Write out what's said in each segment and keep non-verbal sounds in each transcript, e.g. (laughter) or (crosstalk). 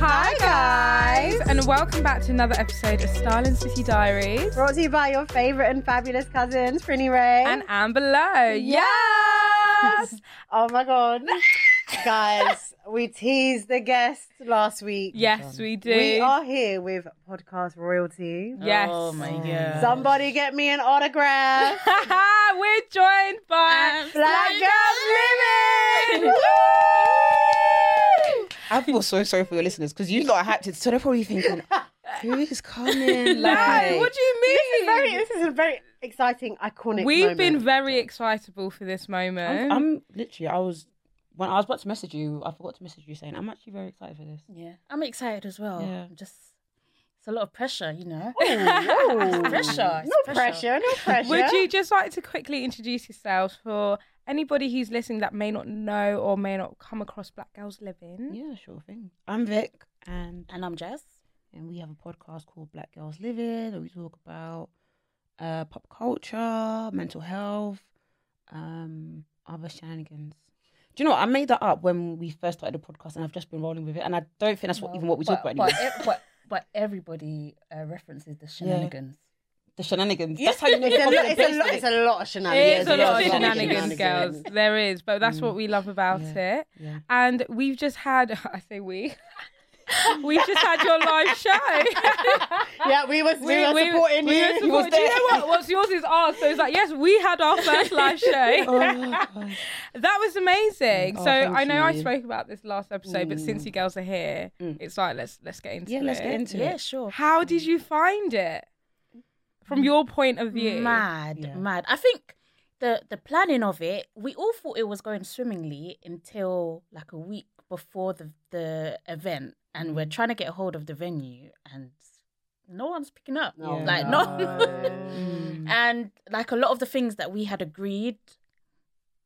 Hi guys, and welcome back to another episode of Starling City Diaries Brought to you by your favorite and fabulous cousins, Prinny Ray. and Anne Below. Yes, oh (laughs) my god. Guys, we teased the guest last week. yes, we do. We are here with podcast royalty. Yes, (laughs) Oh my god. Somebody get me an autograph. we're joined by Black Girls Living. I feel so sorry for your listeners because you lot are hyped, it, so they're probably thinking, (laughs) who is coming? (laughs) Like, No, what do you mean? very, this is a very exciting, iconic We've moment. been very excitable for this moment. I'm literally, I was, when I was about to message you, I forgot to message you saying, I'm actually very excited for this. Yeah, I'm excited as well. Yeah. I'm Just it's a lot of pressure, you know. Ooh. (laughs) It's pressure. It's No pressure, no (laughs) pressure. Would you just like to quickly introduce yourselves for anybody who's listening that may not know or may not come across Black Girls Living? Yeah, sure thing. I'm Vic, and And I'm Jess. and we have a podcast called Black Girls Living, where we talk about uh, pop culture, mental health, um, other shenanigans. Do you know what? I made that up when we first started the podcast, and I've just been rolling with it. And I don't think that's what, even what we but, talk about anymore. But, e- but, but everybody uh, references the shenanigans. (laughs) the shenanigans. That's how you know It's you're a, lot, coming it's, a lot, based it's a lot of It shenanigans. is a lot of yeah, shenanigans, girls. shenanigans, There is, but that's what we love about Yeah. it. Yeah. And we've just had, (laughs) I say we, we've just had your live show. (laughs) Yeah, we was we, were supporting we you. were You was (laughs) supporting- Do you know there. what? What's yours is ours. So it's like, yes, we had our first live (laughs) show. (laughs) that was amazing. so Oh, thank I know I you. Mm. spoke about this last episode, but since you girls are here, it's like let's let's get into Yeah, it. let's get into Yeah, it. sure. How did you find it from your point of view? Mad, Yeah. mad. I think the the planning of it, we all thought it was going swimmingly until like a week before the the event, and we're trying to get a hold of the venue, and no one's picking up. No, (laughs) (laughs) like Mm, Mm. no. (laughs) and like a lot of the things that we had agreed,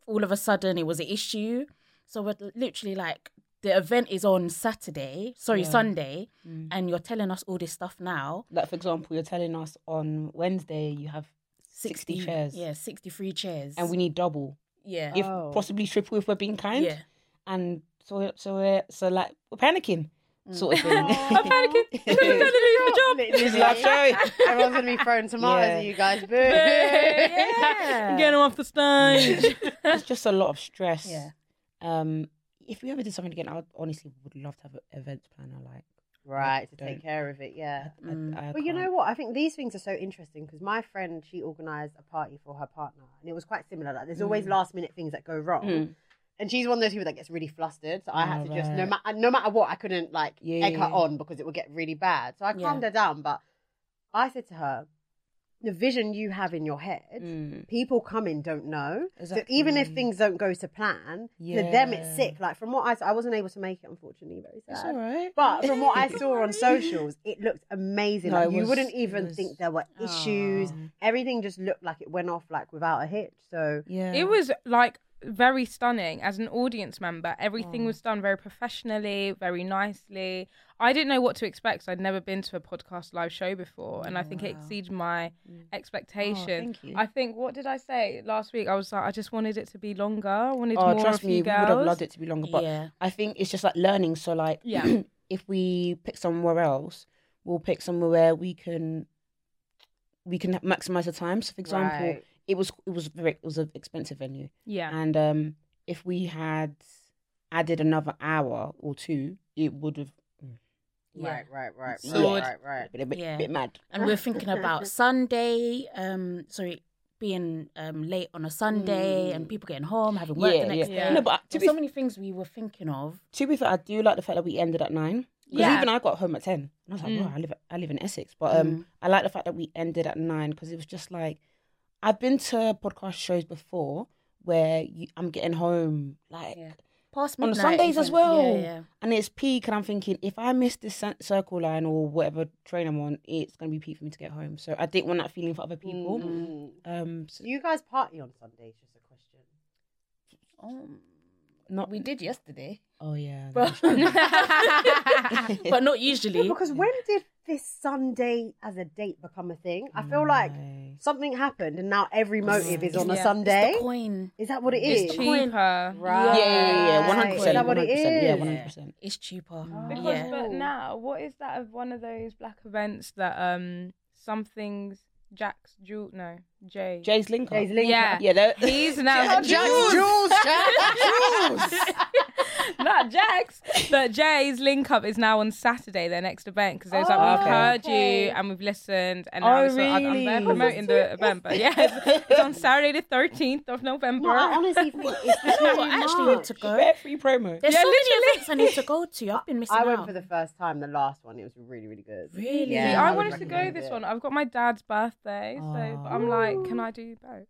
all of a sudden it was an issue. So we're literally like. The event is on Saturday, sorry, Sunday, mm. and you're telling us all this stuff now. Like for example, you're telling us on Wednesday you have 60, chairs, Yeah, 63 chairs. and we need double, yeah. if Oh. possibly triple, if we're being kind. Yeah. And so we're- so we're so like we're panicking, Mm. sort (laughs) of I'm thing. panicking. I'm gonna (laughs) lose my job. This is live show. Everyone's gonna be throwing tomatoes Yeah. at you guys. Boo. Yeah. Get him off the stage. It's just a lot of stress. Yeah. Um, if we ever did something again, I honestly would love to have an events planner. Like, (laughs) Right, to Don't. take care of it, yeah. I- I Mm. Well, you know can't. what? I think these things are so interesting because my friend, she organised a party for her partner and it was quite similar. Like, there's always last minute things that go wrong. Mm. And she's one of those people that gets really flustered. So I had to Oh, just, no, right. ma- no matter what, I couldn't like Yeah, egg her yeah, yeah. on because it would get really bad. So I Yeah. calmed her down. But I said to her, the vision you have in your head, Mm. people coming don't know. So even if Exactly. things don't go to plan, to them it's Yeah. sick. Like from what I saw, I wasn't able to make it, unfortunately, very sad. It's all right. But from what (laughs) I saw on socials, it looked amazing. No, like, it you was- wouldn't it even was- think there were issues. Aw. Everything just looked like it went off like without a hitch. So yeah, It was like very stunning as an audience member. Everything Mm. was done very professionally, very nicely. I didn't know what to expect. 'cause I'd never been to a podcast live show before, and I think it exceeded my Oh, expectations. Mm. Oh, thank you. I think what did I say last week? I was like, I just wanted it to be longer. I wanted Oh, more trust of me, you we girls. would have loved it to be longer. (laughs) But Yeah. I think it's just like learning. So like, Yeah. (clears throat) if we pick somewhere else, we'll pick somewhere where we can we can maximize the time. So for example, Right. it was it was very it was an expensive venue, Yeah, and um, if we had added another hour or two, it would have Yeah. right, right, right, right, Sword. right, right. been a bit, Yeah. bit mad. And we're thinking (laughs) about Sunday, um, sorry, being um late on a Sunday and people getting home, having work Mm. Yeah, the next yeah. day. No, but uh, to There's be so many things we were thinking of. To be fair, I do like the fact that we ended at nine. Because Yeah. (laughs) even I got home at ten, and I was like, Mm. "Wow, I live I live in Essex." But um, I like the fact that we ended at nine because it was just like I've been to podcast shows before where you, I'm getting home like Yeah. Past on midnight. Sundays as even. well, Yeah, yeah. and it's peak, and I'm thinking if I miss this cir- circle line or whatever train I'm on, it's gonna be peak for me to get home. So I didn't want that feeling for other people. Mm. Um, so Do you guys party on Sundays? Just a question. Um, not we did yesterday, Oh yeah, but (laughs) but not usually. No, because when did this Sunday as a date become a thing? I feel like Right. something happened, and now every motive is on a Yeah. Sunday. It's the coin. Is that what it is? It's cheap. Coin. cheaper. Right. yeah, yeah, yeah, one hundred Is that percent, one what hundred it percent, yeah, is? one hundred percent. It's cheaper. Oh. Because Yeah. but Oh. now, what is that of one of those black events that um something's Jack's jewel no Jay. Jay's link. Jay's link. Yeah. Yeah, they're- (laughs) He's now Jack Jules. Jules, not Jack's, (laughs) but Jay's link up is now on Saturday, their next event, because there's like, Oh, we've heard okay. you and we've listened, and Oh, now it's- I'm- I'm really? there That's promoting the event. But yeah, it's, it's on Saturday, the 13th of November. No, I honestly (laughs) think it's You know what I too actually much. need to She go. better free promo. There's Yeah, so literally. many events I need to go to. I've been missing I went out. for the first time, the last one. It was really, really good. Really? See, Yeah, I, I would wanted to go recommend this it. one. I've got my dad's birthday, so but I'm like, can I do both?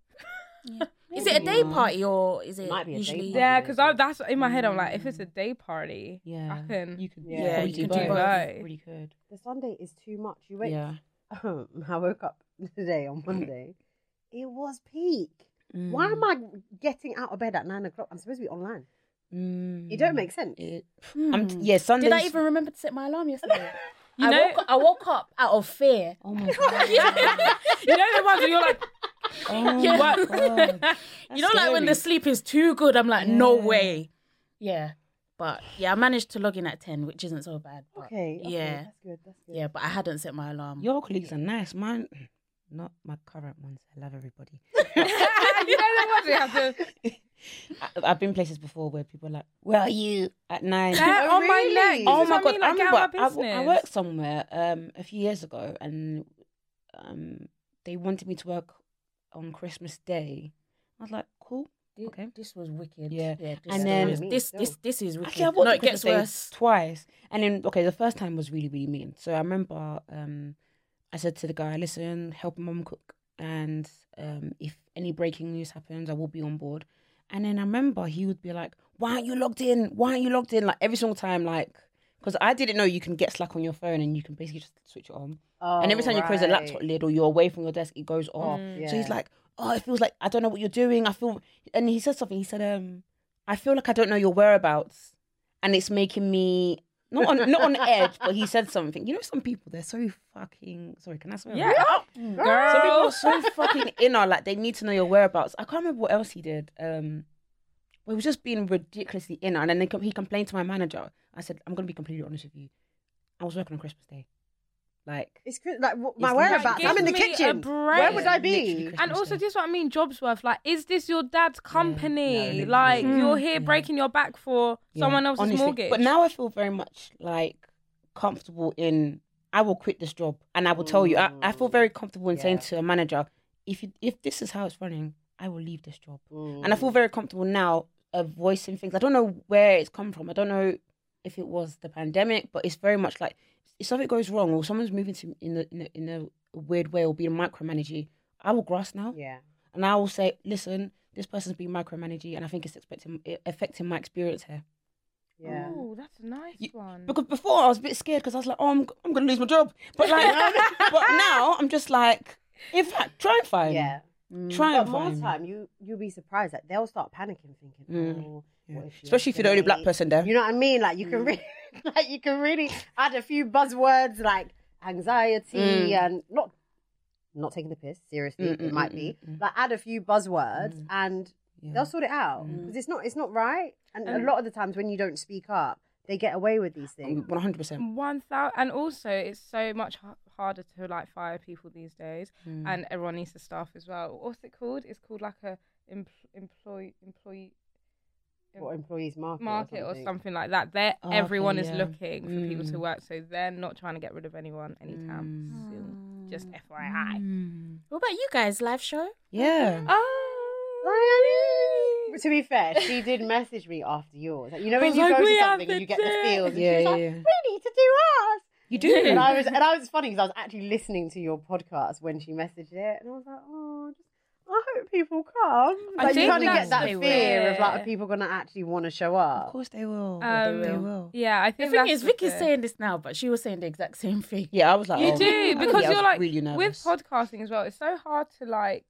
Is it a day party or is it Might be a day usually? party. Yeah, because that's in my head. I'm like, if it's a day party, Yeah, I can. You could. Yeah, Yeah, you you could could do do both. both. Really could. The Sunday is too much. You wait. (laughs) Um, Yeah. I woke up today (laughs) on Monday. It was peak. Why am I getting out of bed at nine o'clock? I'm supposed to be online. Mm. It don't make sense. It, Hmm. I'm t- yeah, Sundays. Did I even remember to set my (laughs) alarm yesterday? You I, know- woke, I woke up out of fear. Oh (laughs) my god. you know the ones where you're like, (laughs) Oh Yeah. my (laughs) What? god. you know, like when the scary. sleep is too good, I'm like, no Yeah. way. Yeah, but yeah, I managed to log in at ten, which isn't so bad. But, Okay. okay, Yeah. That's good. That's good. Yeah, but I hadn't set my alarm. Your colleagues are nice, man. Not my current ones. I love everybody. you know the ones you have to. I, I've been places before where people are like, "Where are you at (laughs) nine? Yeah, on my really? neck. Oh Oh oh my my I god! mean? I Like, get out of my remember I, w- business. I worked somewhere um, a few years ago, and um, they wanted me to work on Christmas Day. I was like, "Cool, Thi- okay." This was wicked. Yeah. yeah this And is then- wicked. Me this, too. this, this is wicked. Actually, I walked no, on it gets Christmas Day worse. twice. And then okay, the first time was really really mean. So I remember um, I said to the guy, "Listen, help mum cook, and um, if any breaking news happens, I will be on board." And then I remember he would be like, "Why aren't you logged in? Why aren't you logged in?" Like every single time, like because I didn't know you can get Slack on your phone and you can basically just switch it on. Oh, and every time you close the laptop lid or you're away from your desk, it goes off. Mm. So he's like, "Oh, it feels like I don't know what you're doing. I feel," and he said something. He said, "Um, I feel like I don't know your whereabouts, and it's making me not on not on edge." But he said something. You know, some people they're so fucking sorry. Can I swear? Yeah. Some people Girl. are so fucking inner, like they need to know your whereabouts. I can't remember what else he did. Um, but he was just being ridiculously inner, and then they com- he complained to my manager. I said, "I'm gonna be completely honest with you. I was working on Christmas Day, like." It's cri- like wh- my It's whereabouts. like, I'm in the give me a kitchen. Where break. would I be? Literally And Christmas also, Day. this is what I mean. Jobs worth. Like, is this your dad's company? Mm. literally. like, Mm. you're here Yeah. breaking your back for Yeah, someone else's honestly. mortgage. But now I feel very much like comfortable in. I will quit this job, and I will tell you. I, I feel very comfortable in saying Mm. Yeah. to a manager, if you, if this is how it's running, I will leave this job. And Mm. I feel very comfortable now of voicing things. I don't know where it's come from. I don't know if it was the pandemic, but it's very much like if something goes wrong or someone's moving to in a, in a, in a weird way or being micromanaging, I will grasp now Yeah. and I will say, listen, this person's being micromanaging, and I think it's expecting, it affecting my experience here. Yeah. Ooh, that's a nice You- one. Because before I was a bit scared because I was like, oh, I'm, g- I'm gonna lose my job. But (laughs) like, but now I'm just like, in fact, try and find. Yeah. Try But and more find. time, you you'll be surprised that they'll start panicking, thinking, Mm. oh, Yeah. what if she Especially if likes you're the only black me? person there. You know what I mean? Like you can Mm. really, (laughs) like you can really add a few buzzwords like anxiety Mm. and not not taking the piss seriously. Mm, it mm, might mm, be mm, mm. like add a few buzzwords and Yeah. they'll sort it out Mm. because it's not it's not right. And And- a lot of the times when you don't speak up, they get away with Um, these things. 100%. One thousand, and also it's so much h- harder to like fire people these days, Mm. and everyone needs to staff as well. What's it called? It's called like a empl- employee employee Or employees market, market or something. something like that. There, Oh, okay, everyone is yeah. looking for people to Mm. work, so they're not trying to get rid of anyone anytime Mm. soon. Just FYI. Hmm. What about you guys? Live show? Yeah. Oh, But to be fair, she did message me after yours. Like, you know I when was you like, go "We to have something and the you get the day." feels, and Yeah, she was yeah, like, yeah. "We need to do You and do. I was and I was funny because I was actually listening to your podcast when she messaged it, and I was like, oh, just, I hope people come. I Like, you think kind of that's get that the fear of like, fear. are people going to actually want to show Of up? course they will. Um, they will. Yeah, I The think thing that's is, Vicky's thing. saying this now, but she was saying the exact same thing. Yeah, I was like, you oh, I do think because I you're was like really nervous. with podcasting as well. It's so hard to like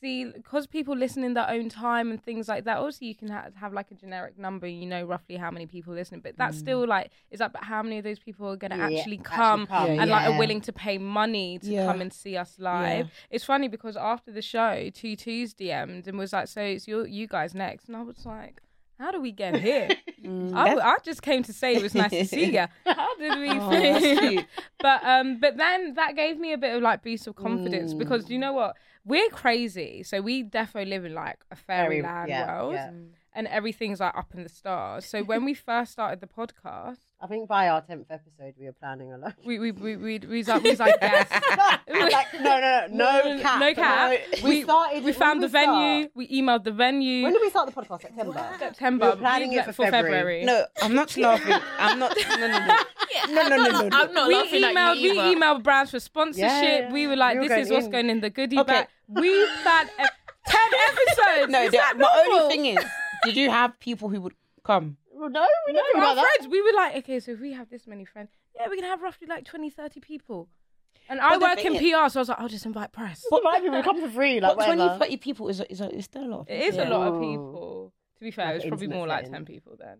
see because people listen in their own time and things like that. Also, you can ha- have like a generic number. You know roughly how many people listening, but Mm. that's still like is that. But how many of those people are going to Yeah, actually actually come, come, and like are yeah. willing to pay money to Yeah. come and see us live? It's funny because after the show, Two Twos DM'd and was like, "So it's you, you guys next," and I was like. How do we (laughs) get here? Mm. I, I just came to say it was nice to see (laughs) you. How did we? Oh, that's cute. (laughs) but um but then that gave me a bit of like boost of confidence Mm. because you know what we're crazy so we defo live in like a Very- fairyland yeah, world yeah. and everything's like up in the stars so (laughs) when we first started the podcast I think by our tenth episode, we were planning a lot. we we we we, we, was like, we was like yes (laughs) (laughs) like no, no, no, no cap, no cap We, started. we when found did the we start? venue we emailed the venue When did we start the podcast? September. September We were planning we- it for February. No, I'm not laughing. I'm not. No, no, no. No, no, no, no, no. I'm not we laughing emailed, at you we either. emailed brands for sponsorship. Yeah. We were like, We were "This is going what's in. going in the goodie Okay. bag." We planned e- (laughs) ten episodes. No, Is the, that my normal? only thing is, did you have people who would come? Well, no, we No, didn't think our about that. friends. We were like, okay, so if we have this many friends, yeah, we can have roughly like 20, 30 people. And I But the work in thing is- PR, so I was like, I'll just invite press. (laughs) But might be we come for free, like But 20, whatever. 30 people is, is, is still a lot. Of It is people. a lot of Ooh. people. To be fair, Like it was an probably intimate more like setting. ten people then.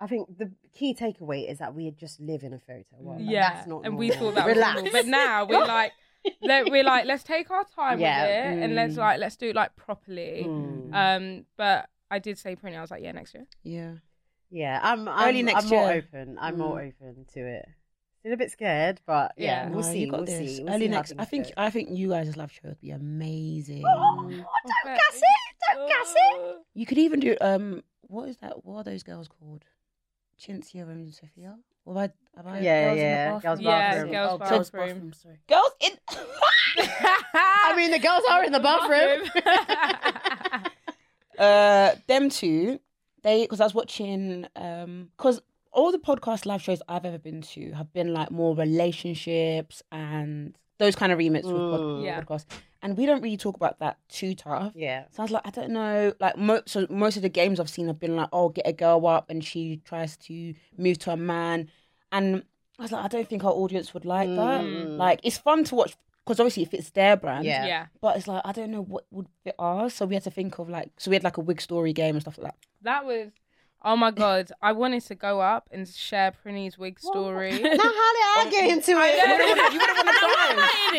I think the key takeaway is that we just live in a fairy tale world. and yeah, that's not and we normal. thought that Relax. was normal. But now (laughs) we're like, let- we're like, let's take our time Yeah. with it and let's Mm. like let's do it like properly. Mm. Um, but I did say Prinny, I was like, yeah, next year. Yeah. yeah, I'm, I'm Early next I'm more year. open. I'm more Hmm. open to it. Still a bit scared, but yeah, Yeah. we'll No, see. You got we'll this. see. We'll Early see how next. I things think. go. Oh, I think you guys' live show would (gasps) be amazing. Mm. don't guess it. Don't guess Oh. it. You could even do um. What is that? What are those girls called? Chintzia and Sophia. Or have I, have I Yeah, girls in the yeah, bathroom? girls' Yeah, bathroom. girls' Oh, bathroom. sorry. Girls in. (laughs) I mean, the girls are in the bathroom. (laughs) uh, them two. They because I was watching um because all the podcast live shows I've ever been to have been like more relationships and those kind of remits with pod- (laughs) Mm. (laughs) Yeah. podcasts, and we don't really talk about that too tough. yeah. So I was like, I don't know. Like, mo- so most of the games I've seen have been like, oh, get a girl up and she tries to move to a man. And I was like, I don't think our audience would like that. Like, it's fun to watch because obviously it fits their brand. Yeah. yeah, But it's like, I don't know what would fit ours. So we had to think of like, so we had like a wig story game and stuff like that. that was. Oh my god, I wanted to go up and share Prinny's wig story. (laughs) Now, how did I get into it? You wouldn't want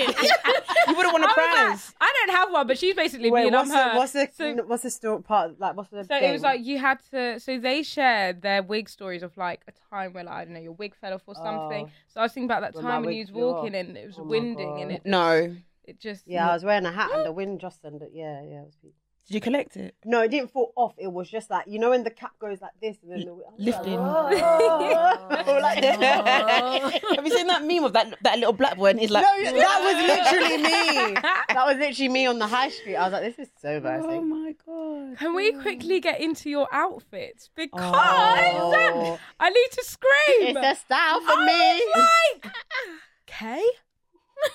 a prize. You wouldn't want a I, prize. was like, I don't have one, but she's basically (laughs) (laughs) Wait, being what's on the, her. what's the so, what's the story part? Like, what's the so it game? was like you had to. So they shared their wig stories of like a time where like, I don't know your wig fell off or something. Oh. So I was thinking about that When my time when wig you was flew off. walking and it was Oh my winding and God. it no. Did it just yeah, I was wearing a hat and the wind just and yeah, yeah. It was beautiful. you collect it? No, it didn't fall off. It was just like you know when the cap goes like this and then the I was Lifting. Like, (laughs) "Whoa." like that. (laughs) Have you seen that meme of that that little black boy and he's like, no, that was literally me. (laughs) That was literally me on the high street. I was like, this is so oh embarrassing. my god. Can we quickly get into your outfits because Oh. I need to scream. It's a style for me. okay. (laughs)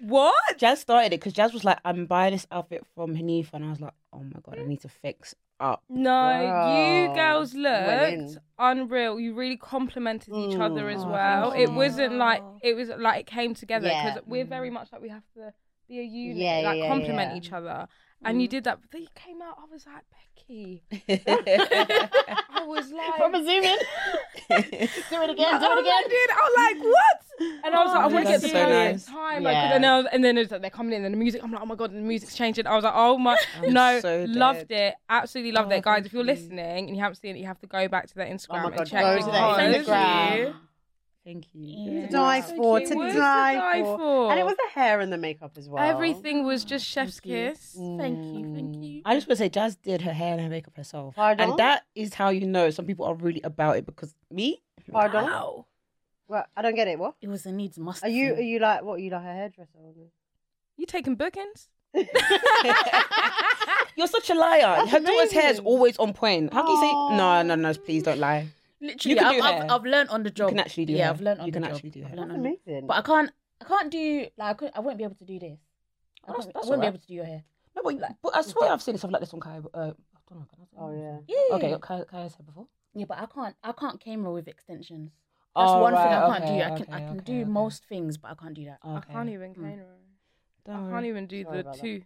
what? Jazz started it because Jazz was like, I'm buying this outfit from Hanifa. And I was like, oh my God, I need to fix up. No, you Wow. girls Went looked in. unreal. You really complimented each other Mm. as Oh, well. thank It wasn't like it was like it came together Yeah. because we're very much like we have to be a unit, Yeah, yeah, like yeah, compliment yeah. each other. And you did that. But then you came out. I was like (laughs) Becky. (laughs) I was like, From a zoom in. Do it again. Do (laughs) it I again. did. I was like, what? And I was Oh, like, I want to get that's the so so nice. time. I could, Yeah. and, I was, and then it was like, they're coming in, and the music. I'm like, oh my god, and the music's changing. I was like, oh (laughs) my, no, so dead. loved it, absolutely loved Oh, it, guys. thank If you're you. listening and you haven't seen it, you have to go back to their Instagram Oh my and god, check. go to because- their Thank Instagram. you. Thank you. Yeah. To die Thank for, you. to Words die for. And it was the hair and the makeup as well. Everything was just chef's kiss. Thank you, thank you. I just want to say, Jazz did her hair and her makeup herself. Pardon? And that is how you know some people are really about it because me? (laughs) Pardon? Wow. Well, I don't get it. What? It was a needs must. Are you are thing. you like what? Are you like a hairdresser? Or something? You taking bookings? You're such a liar. her daughter's hair is amazing. always on point. How can you say, no, no, no, please don't lie. Literally, can I've, do I've, hair. I've learned on the job. can actually do Yeah, hair. I've learned on You the can job. actually do I've hair. learned That's on the- amazing. But I can't. I can't do like I, could, I won't be able to do this. I, Oh, that's- can't- that's I won't be alright. able to do your hair. No, but, but I swear I've seen stuff like this on Kai. Uh, I don't know. can I say oh this? yeah. Yeah. Okay, Kai, Kai has said before. Yeah, but I can't. I can't camera with extensions. That's one thing I can't do. I can. I can do most things, but I can't do that. I can't even camera. I can't even do Sorry the about that. two.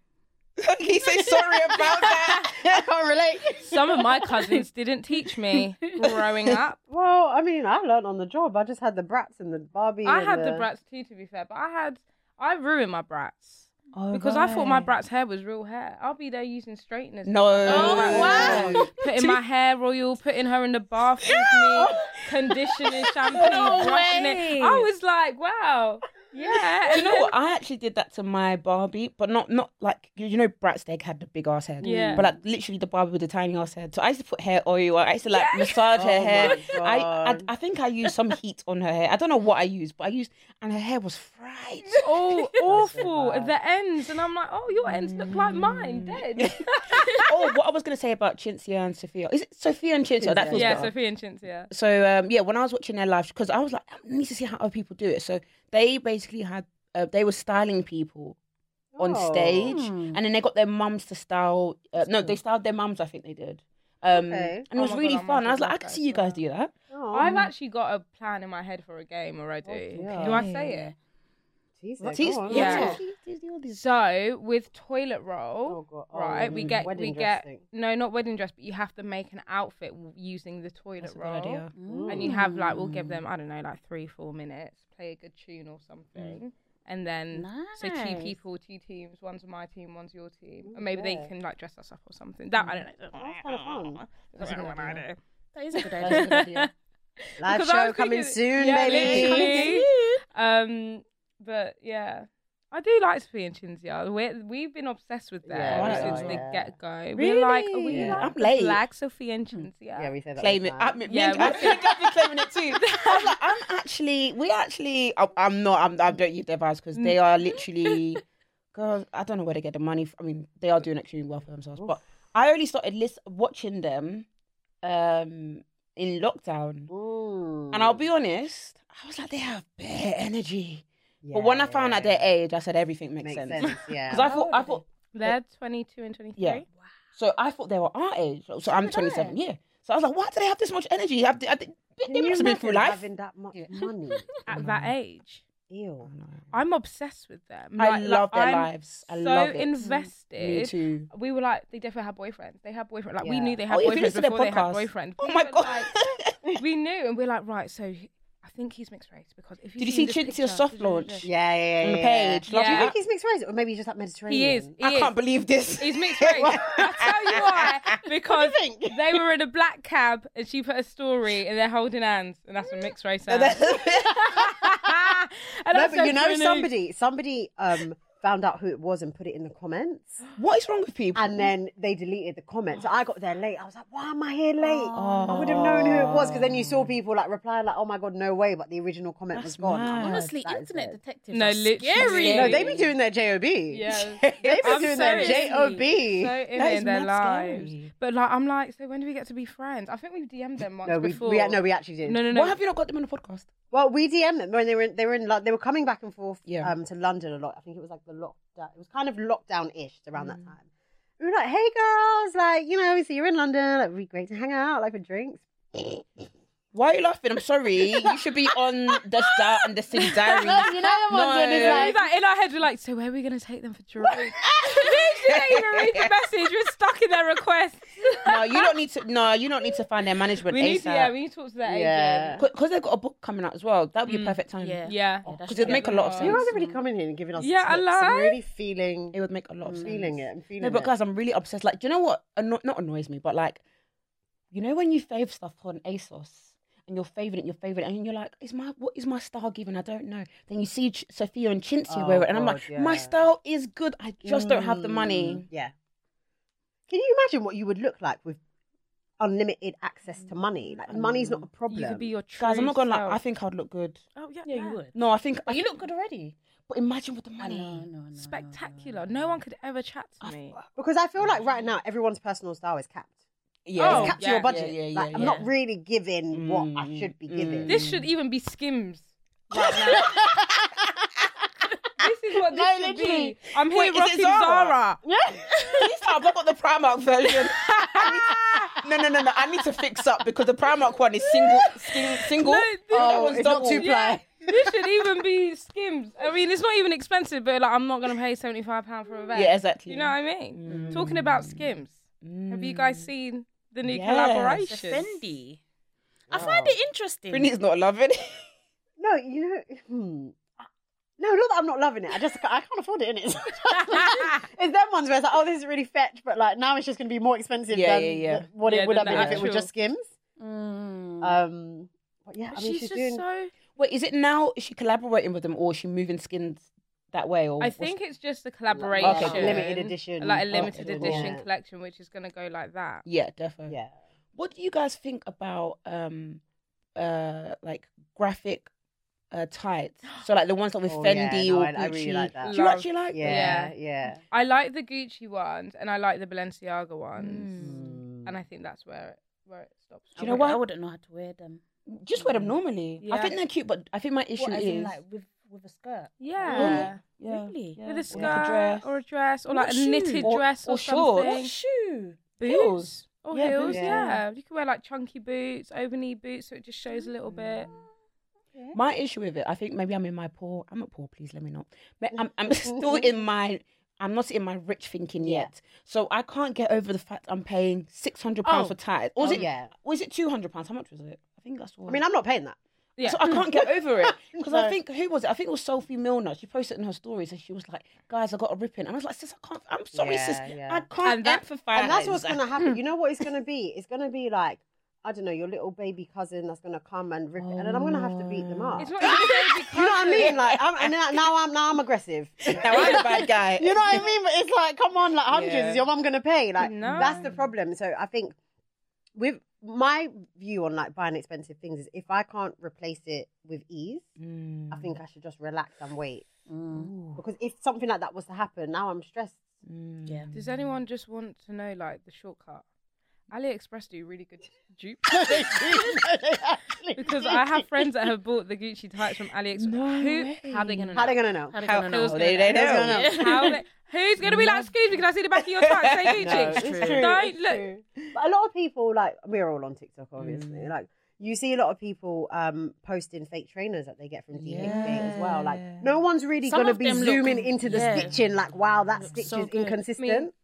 he says sorry (laughs) about that. I can't relate. Some of my cousins didn't teach me growing up. Well, I mean, I learned on the job. I just had the brats and the Barbie. I and had the brats too, to be fair, but I had I ruined my brats Oh, because I thought my brat's hair was real hair. I'll be there using straighteners. No. Oh, wow. Putting my hair oil, putting her in the bath (laughs) with me, conditioning shampoo, No brushing way. it. I was like, wow, yeah. You know what? I actually did that to my Barbie, but not not like you, you know Brat's egg had the big ass head. Yeah. But like literally the Barbie with the tiny ass head. So I used to put hair oil. I used to like massage her Oh my hair. I, I God. I think I used some heat on her hair. I don't know what I used, but I used and her hair was fried. (laughs) Oh, awful. bad. The ends. And I'm like, oh, your ends look Mm. like mine, (laughs) dead. oh, what I was gonna say about Chintzia and Sophia. Is it Sophia and Chintzia? That feels yeah, better. Sophie and Chintzia. So um, yeah, when I was watching their live, because I was like, I need to see how other people do it. So they basically had uh, they were styling people on Oh. stage, Hmm. and then they got their mums to style. Uh, no, they styled their mums. I think they did. Um, Okay. And it Oh was my God, really I might fun. I was do like, I that can see you guys do that. Oh, I've actually got a plan in my head for a game already. Oh, dear. Do I say Jesus, Tease- go on. Yeah. it? Yeah. So, with toilet roll, Oh, God. Oh, right, we get, wedding we dress get, thing. no, not wedding dress, but you have to make an outfit w- using the toilet That's a good roll. idea. And you have, like, we'll give them, I don't know, like three, four minutes, play a good tune or something. And then, so two Nice. people, two teams, one's my team, one's your team. Or maybe they can, like, dress us up or something. That, I don't know. That's kind of Mm. fun. That's a good idea. That is (laughs) a good idea. That's a good idea. Live Because I show was coming thinking- soon, yeah, baby. literally. Um, but yeah, I do like Sophie and Chinzia. We we've been obsessed with them Yeah, we since are, the yeah. get go. We're like, are we Really? like I'm the late. Black Sophie and Chinzia. Yeah, we said that. Claim it. last I, night. me, Yeah, yeah, we (laughs) I think I've been claiming it too. I was like, I'm actually, we actually, I, I'm not, I'm, I don't use their vibes because they are literally, girls, I don't know where they get the money. From. I mean, they are doing extremely well for themselves. But I only started list, watching them um, in lockdown. Mm. And I'll be honest, I was like, they have bare energy. Yeah, but when I found out yeah. their age, I said, everything makes, makes sense. sense, yeah. Because I thought, I thought, (laughs) They're twenty two and twenty three. Yeah. So I thought they were our age. So I'm 27. Yeah. So I was like, why do they have this much energy? I, I, they Can they you must have been through imagine life. having that much (laughs) money? At that age, Ew. I'm obsessed with them. I Like- like, love their I'm lives. I so love it. invested. Me too. We were like, they definitely had boyfriends. They had boyfriends. Like we Yeah. knew they Oh, had if you boyfriends listen to before their they had podcast. boyfriends. Oh We my were god. like- (laughs) we knew, and we're like, right. So he- I think he's mixed race because if Did you see this Chintzia picture- soft launch? Yeah, yeah, On yeah. the yeah. page. Love Yeah. Do you think that. he's mixed race, or maybe he's just like Mediterranean? He is. He I is. can't believe this. He's (laughs) mixed race. I'll tell you why. Because What do you think? they were in a black cab and she put a story and they're holding hands and that's what mixed (laughs) race And sounds. (laughs) then- and No, I but said, you know, "Really?" somebody, somebody um found out who it was and put it in the comments, what is wrong with people? and then they deleted the comment. So I got there late. I was like, why am I here late? I would have known who it was because then you saw people like replying like, oh my god, no way, but the original comment was gone. I'm like, (laughs) Honestly, that is internet weird. detectives. No, are literally. Scary. (laughs) No, they be doing their job. Yeah. (laughs) they be I'm doing sorry. their job. So in, That it is in their mad scary. lives. But like I'm like, so when do we get to be friends? I think we've DM'd them once No, we, before. we no, we actually did. no, no, no. Why have you not got them on the podcast? Well, we DM them when they were in, they were in Lo- they were coming back and forth Yeah. um to London a lot. I think it was like the lockdown. It was kind of lockdown ish around Mm. that time. We were like, "Hey girls, like you know, so you're in London. Like, it'd be great to hang out, like for drinks." Why are you laughing? I'm sorry. You should be on the star and (laughs) the city diary. You know, the ones when it's No. It's like, like, in our head, we're like, so where are we going to take them (laughs) for drinks? we didn't even read the message. We're stuck in their (laughs) request. no, you don't need to. No, you don't need to find their management We need to, yeah, ASAP. we need to talk to their Yeah. Because they've got a book coming out as well. That would be a perfect time. Yeah. agent. Mm, Yeah. that's Because it'd true. make a lot of Yeah. sense. you guys are really coming here and giving us. Yeah, I tips. I'm like- really feeling, It would make a lot of sense. feeling it. I'm feeling No, but it. guys, I'm really obsessed. Like, do you know what? Anno- not annoys me, but like, you know when you fave stuff on ASOS and you're faving it, you're faving it, and you're like, is my what is my style given? I don't know. Then you see Ch- Sophia and Chintzy Oh, wear it, and I'm God, like, my yeah. style is good. I just don't have the money. Mm, Yeah. Can you imagine what you would look like with unlimited access to money? Like, money's not a problem. You could be your Mm. true Guys, I'm not gonna self. lie. I think I'd look good. Oh yeah, Yeah, you would. No, I think. But I, you look good already. but imagine with the I money. know, no, no, no. Spectacular. No one could ever chat to me. Because I feel like right now everyone's personal style is capped. yeah, Oh, yeah, Cap to yeah, your budget. yeah, yeah, like, I'm yeah. not really giving what I Mm, should be giving. This should even be Skims. Right now. this is what this No, should literally. be. I'm here Wait, is it rocking Zara? Zara. (laughs) Please tell me I've got the Primark version. I need to- no, no, no, no. I need to fix up because the Primark one is single, sing, single. No, this- that Oh, one's it's not double. two Yeah, this should even be Skims. I mean, it's not even expensive, but like, I'm not gonna pay seventy five pound for a bag. Yeah, exactly. You know what I mean? Talking about Skims, have you guys seen the new Yes. The collaboration? Fendi. I find it interesting. Brittany's not loving it. No, you know, hmm. no, not that I'm not loving it. I just I can't afford it, innit? (laughs) it's (laughs) them ones where it's like, oh, this is really fetch, but like now it's just going to be more expensive Yeah, than yeah, yeah. the- what Yeah, it would have than been the if it were actual- just Skims. Mm. Um, but yeah, I mean, She's she's, just doing. so. Wait, is it now? Is she collaborating with them, or is she moving skins that way? I Or Oh, what's- think it's just a collaboration, limited edition. like a limited Okay, cool. edition Yeah. collection, which is gonna go like that. Yeah, definitely. Yeah. What do you guys think about um uh like graphic uh tights? So like the ones that with Oh, yeah, Fendi no, or I- Gucci. I really like that. Do you Love- actually like Yeah, yeah. I like the Gucci ones and I like the Balenciaga ones, Mm. Um, and I think that's where it, where it stops. I you know wouldn't- what? I wouldn't know how to wear them. them? Just wear them normally. I Yeah. think they're cute, but I think my issue What, as is Oh, in, like with with a skirt. Yeah, yeah, Really? yeah. with Or a like skirt dress. or a dress or What like a knitted shoe? Or- dress or, or shorts. something. What shoe? Heels. Boots or Yeah, heels, boots. yeah. Yeah. You can wear like chunky boots, over knee boots, so it just shows a little bit. Mm. My issue with it, I think maybe I'm in my poor. I'm not poor. Please let me not. Ma- I'm I'm still in my. I'm not in my rich thinking Yeah. yet, so I can't get over the fact I'm paying six hundred pounds Oh. for tights. Or was Oh, it? yeah. Was it two hundred pounds? How much was it? I think that's all. I mean, I'm not paying that. Yeah. So I can't get over it because I No. think who was it? I think it was Sophie Milner. She posted in her stories and she was like, "Guys, I got a ripping," and I was like, "Sis, I can't. I'm sorry, sis. Yeah, yeah. I can't And that- empathize." And that's what's going (laughs) to happen. You know what it's going to be? It's going to be like, I don't know, your little baby cousin that's going to come and rip it. And then I'm going to have to beat them Oh. up. It's not even (laughs) baby you know what I colours. mean? Like, I'm, and now, now I'm now I'm aggressive. Now I'm a bad (laughs) guy. You know what I mean? But it's like, come on, like hundreds. Yeah. Is your mum gonna pay? Like No. that's the problem. So I think with my view on like buying expensive things is if I can't replace it with ease, Mm. I think I should just relax and wait. Mm. Because if something like that was to happen, now I'm (laughs) stressed. Yeah. Does anyone just want to know like the shortcut? AliExpress do really good (laughs) dupes. (laughs) because I have friends that have bought the Gucci tights from AliExpress. Who, How are they gonna know? How they gonna know? How they How, gonna no, know? they, they Who's gonna know. know? How they- (laughs) who's gonna be like, excuse me, can I see the back of your tights? Say Gucci. it's true, Don't it's look. true. But a lot of people, like we're all on TikTok, obviously. Like you see a lot of people um, posting fake trainers that they get from DHA as well. Like no one's really Some going to of be them look- zooming into the yeah. stitching. Like wow, that stitch so is good. I mean, inconsistent.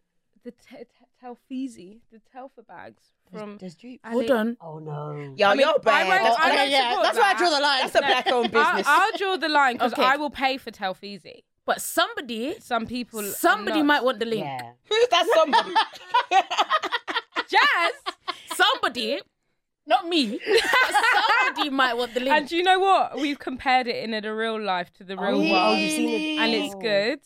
the te- te- Telfeezy, the Telfer bags from. There's dupes. Ali- Hold on. Oh no. Yo, I mean, you're bad. Uh, I won't, I Okay, won't yeah, support that's that. where I draw the line. That's a (laughs) black-owned business. I'll, I'll draw the line because Okay. I will pay for Telfeezy. But somebody, Some people, are somebody not. might want the link. Yeah. Who's that somebody? (laughs) Jazz. Somebody, not me. (laughs) somebody might want the link. And do you know what? We've compared it in the real life to the real Oh, yeah. Oh, world, you've seen it. and it's good.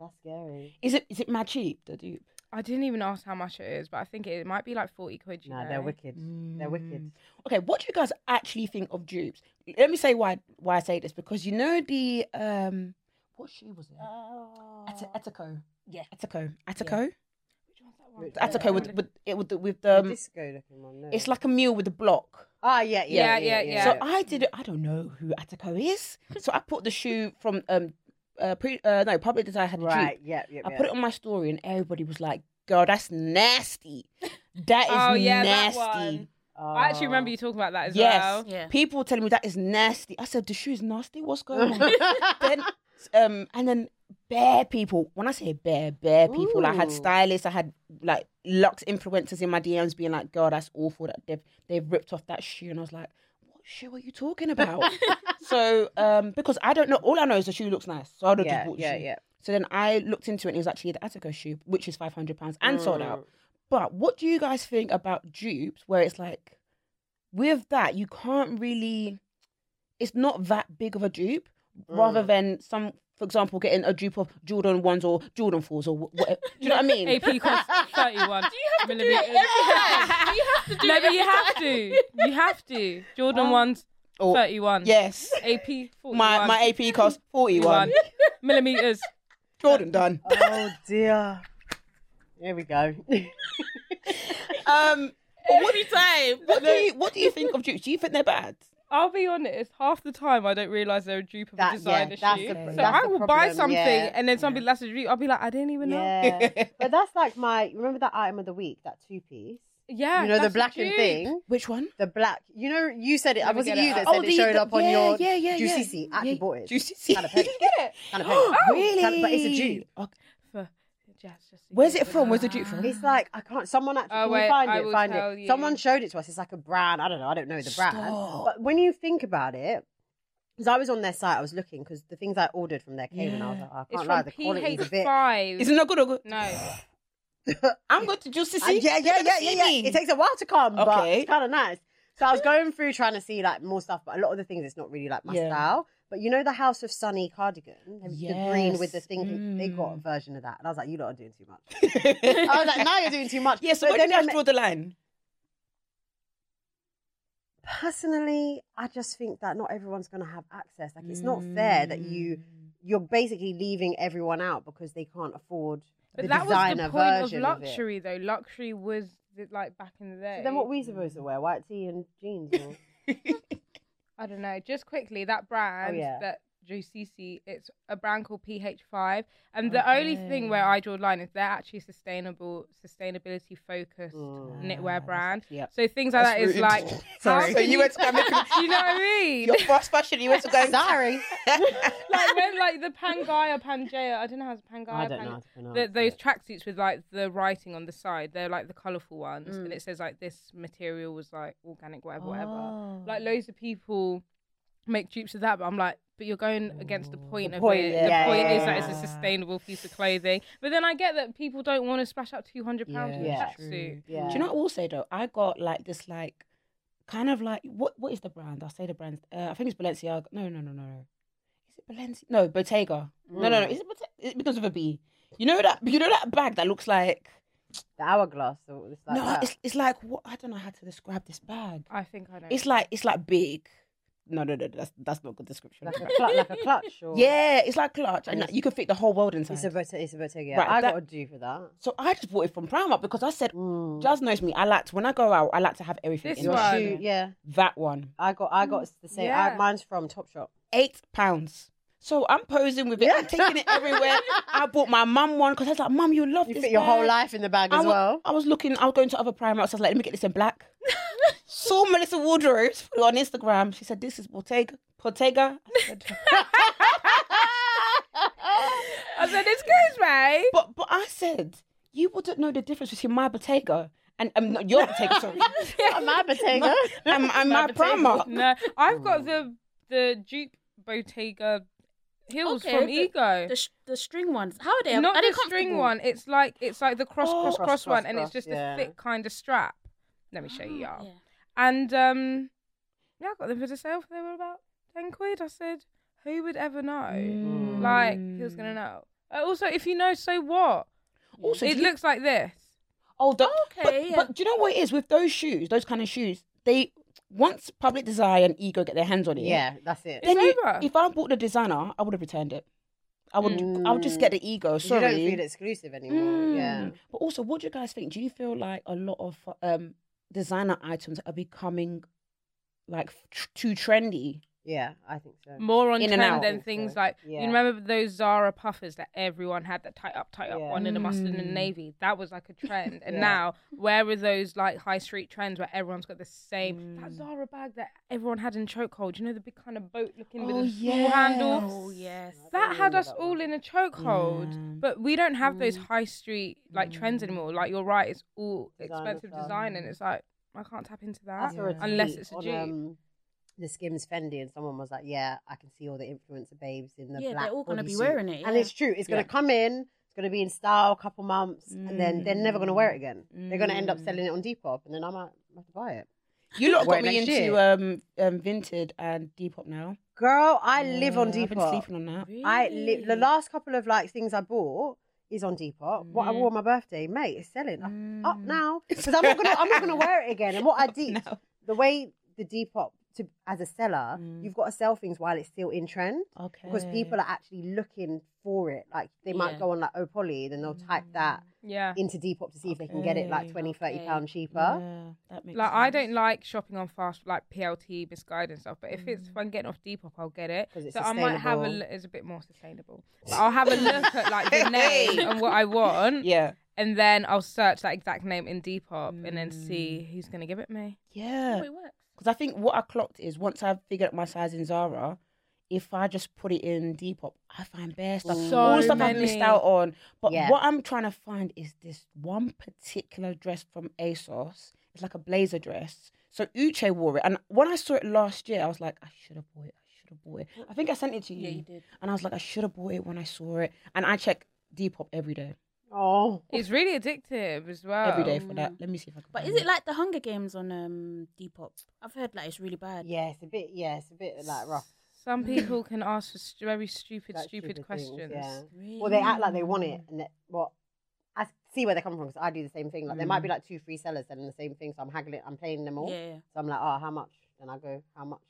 That's scary. Is it is it mad cheap? The dupe. I didn't even ask how much it is, but I think it might be like forty quid. You Nah, know? they're wicked. They're wicked. Okay, what do you guys actually think of dupes? Let me say why why I say this because you know the um what shoe was it? Um, Ate- Etico. Uh, Yeah. Etico. Etico. Which Etico one? with with it with the, with The the, um, disco looking one. No. it's like a meal with a block. ah yeah Yeah, yeah yeah. yeah, yeah, So I did it. I don't know who Atico is. So I put the shoe from um uh, pre, uh no public that I had a right dupe. yeah yeah. I put it on my story and everybody was like, "Girl, that's nasty. That is Oh yeah, nasty." that one. I actually remember you talking about that as yes. well. Yeah. People were telling me that is nasty. I said the shoe is nasty. What's Oh. (laughs) going on? then, um, and then bare people. When I say bare, bare people, I had Ooh. stylists. I had like Lux influencers in my DMs being like, "Girl, that's awful. That they've they've ripped off that shoe." And I was like, "What shoe are you talking about?" so, um, because I don't know. All I know is the shoe looks nice. So I would have Yeah just bought the yeah shoe. yeah. So then I looked into it and it was actually the Attico shoe, which is five hundred pounds and sold out. But what do you guys think about dupes where it's like with that you can't really it's not that big of a dupe rather than some for example getting a dupe of Jordan ones or Jordan fours or whatever. do you know what I (laughs) mean? AP (laughs) cost thirty-one. Do you have to (laughs) do you have to do No, it but you every have time. to. You have to. Jordan ones Or- thirty-one. (laughs) Yes. AP forty-one. My my AP cost forty one. millimeters. Jordan done. (laughs) Oh dear. There we go. Um, Every time. what do you what do you think of dupes? Do you think they're bad? I'll be honest, half the time I don't realise they're a dupe of That- a design yeah, issue. that's the- so that's I the will buy problem, something yeah. and then somebody that's a dupe, I'll be like, I didn't even know. Yeah. but that's like my remember that item of the week, that two piece. Yeah. you know the that's a blackened dupe. thing. Which one? The black, you know, you said it. Let me Was it get it you that up. said Oh, it the- showed the- up on yeah, your yeah, yeah, Juicy yeah. C? I actually Yeah. bought it. Juicy C. Kind of (gasps) pink. Kind of pink. really? But it's a dupe. Okay. For- yeah, it's just a Where's dupe, it from? Where's the isn't dupe from? It's like I can't. Someone actually Oh, can wait, you find I it. will Find tell it. you. Someone showed it to us. It's like a brand. I don't know. I don't know the brand. Stop. But when you think about it, because I was on their site, I was looking because the things I ordered from there came and I was like, oh, I It's can't lie. from The quality's a bit. PH5. Is it not good or good? no. I'm going to Juicy Uh, C. yeah, yeah, yeah, yeah, yeah. It (laughs) takes a while to come, but Okay. it's kind of nice. So I was going through trying to see like more stuff, but a lot of the things it's not really like my Yeah. style. But you know the House of Sunny cardigan, The- the green with the Yes. thing. They got a Mm. version of that, and I was like, you lot are doing too much. (laughs) takes. I was like, now you're doing too much. yeah. So But where do you I guys ma- draw the line? personally, I just think that not everyone's going to have access. Like, it's not fair that you you're basically leaving everyone out because they can't afford But the that was designer the point of version of it. luxury, though. Luxury was the- like back in the day. So then, what we supposed to wear? White tee and jeans? Or... I don't know. Just quickly, that brand Oh, yeah. that Juicy, it's a brand called PH5, and the only thing where I draw the line is they're actually sustainable, sustainability focused Mm. knitwear brand. Yep. So things like that is (laughs) like, Sorry. how So can you went to go and make (laughs) you know what I mean? your fast fashion. You went to go. (laughs) and- Sorry, like when like the Pangaya Pangea, I don't know how it's Pangaya. I don't Pan- know. how to pronounce the, those it. tracksuits with like the writing on the side, they're like the colourful ones, and Mm. it says like this material was like organic, whatever, Oh. whatever. Like loads of people make dupes of that, but I'm like, but you're going against the point of point, it. yeah. the Yeah, point yeah, is yeah, that it's yeah. a sustainable piece of clothing. But then I get that people don't want to splash out two hundred pounds on Yeah. a tracksuit. Yeah. Do you know what I will say though? I got like this like kind of like what what is the brand? I'll say the brand. Uh, I think it's Balenciaga. No, no, no, no, no. Is it Balenciaga? No, Bottega. Hmm. No, Mm. no, no. Is it Bottega? It begins with a B. You know that you know that bag that looks like the hourglass. Or it's like no, that. it's it's like what I don't know how to describe this bag. I think I know. It's like it's like big. No, no, no. That's that's not a good description. like a clutch. Like a clutch or... (laughs) yeah, it's like clutch, and you can fit the whole world inside. It's a bote- it's a bottega. Right, I that- got a do for that. so I just bought it from Primark because I said, Mm. Jazz knows me. I like to, when I go out, I like to have everything. This in Your my one. shoe. shoe, yeah. That one. I got, I got the same. I, Yeah. mine's from Topshop. eight pounds. So I'm posing with it. I'm taking it (laughs) everywhere. I bought my mum one because I was like, "Mum, you love You this." fit your whole bag." life in the bag I as wa- well. I was looking. I was going to other Primark. So I was like, "Let me get this (laughs) in black." Saw Melissa Wardrobe's put it (laughs) on Instagram. She said, "This is Bottega." Bottega. I said, I said, excuse (laughs) me. but but I said, "You wouldn't know the difference between my Bottega and um, not your (laughs) Bottega, sorry, my potato. and, and my, Primark." No, I've got the the Duke Bottega heels Okay, from the- Ego. The, sh- the string ones. How are they? not are they the string comfortable? one. It's like it's like the cross, Oh. cross, Cross, cross, cross, one, and it's cross, just yeah. a thick kind of strap. Let me show you. Ah, y'all. yeah. And um, yeah, I got them for the sale. They were about ten quid. I said, who would ever know? Like, who's gonna know? Uh, also, if you know, so what? Also, it do you- looks like this. Oh, the, But, Okay, yeah. but do you know what it is with those shoes? Those kind of shoes, they once Public Desire and Ego get their hands on it. (laughs) Yeah, that's it. Then you, over. if I bought the designer, I would have returned it. I would. I would just get the Ego. You don't Sorry. feel exclusive anymore. Yeah. Mm. But also, what do you guys think? Do you feel like a lot of um, designer items are becoming like tr- too trendy? Yeah, I think so. More on In and out. trend than things like Yeah. you remember those Zara puffers that everyone had that tight up, tight up Yeah. one in a mustard and a Mm. navy. That was like a trend. And Yeah. now where are those like high street trends where everyone's got the same that Zara bag that everyone had in chokehold? You know the big kind of boat looking Oh, with a small handle. Oh yes. That had us all in a chokehold, Yeah. but we don't have those high street like trends anymore. Like you're right, it's all Designer expensive stuff. design, and it's like I can't tap into I that saw a Yeah. unless tweet it's a on, Duke. um, the Skims Fendi, and someone was like, "Yeah, I can see all the influencer babes in the Yeah, they're black all gonna be bodysuit." wearing it, and yeah. it's true. It's gonna Yeah. come in. It's gonna be in style a couple months, and then they're never gonna wear it again. They're gonna end up Mm. selling it on Depop, and then I might have to buy it. You lot Wait, got me next into year. um, um, Vinted and Depop now. Girl, I live on Yeah, I've been Depop. sleeping on that. I uh, li- the last couple of like things I bought is on Depop. What I wore on my birthday, mate, it's selling Mm. I'm up now because I'm not gonna I'm not gonna wear it again. And what I did, the way the Depop to as a seller, you've got to sell things while it's still in trend. Okay. Because people are actually looking for it. Like they might Yeah. go on like Oh Polly, then they'll type that Yeah. into Depop to see if they can get it like Okay, 20, 30 okay. pounds cheaper. Yeah, that makes Like sense. I don't like shopping on fast like PLT, Biscuit and stuff. But if it's Mm. if I'm getting off Depop, I'll get it. 'Cause it's so I might have a sustainable. l- it's a bit more (laughs) sustainable. But I'll have a look at like the name and what I want, (laughs) Yeah. and then I'll search that exact name in Depop and then Mm. see who's gonna give it me. Yeah. Oh, it works. Because I think what I clocked is once I've figured out my size in Zara, if I just put it in Depop, I find bare stuff. So All the stuff I've missed many. out on. But Yeah. what I'm trying to find is this one particular dress from ASOS. It's like a blazer dress. So Uche wore it. And when I saw it last year, I was like, I should have bought it. I should have bought it. I think I sent it to you. Yeah, you did. And I was like, I should have bought it when I saw it. And I check Depop every day. Oh. It's really addictive as well. every day for that. Let me see if I can. But find is it like the Hunger Games on um Depop? I've heard like it's really bad. Yeah, it's a bit yeah, it's a bit like rough. (laughs) Some people can ask for st- very stupid, like, stupid, things, questions. yeah. Well, they act like they want it, and that what I see where they come from because I do the same thing. Like there might be like two, three sellers selling the same thing, so I'm haggling, I'm playing them all. Yeah. So I'm like, oh, how much? Then I go, how much?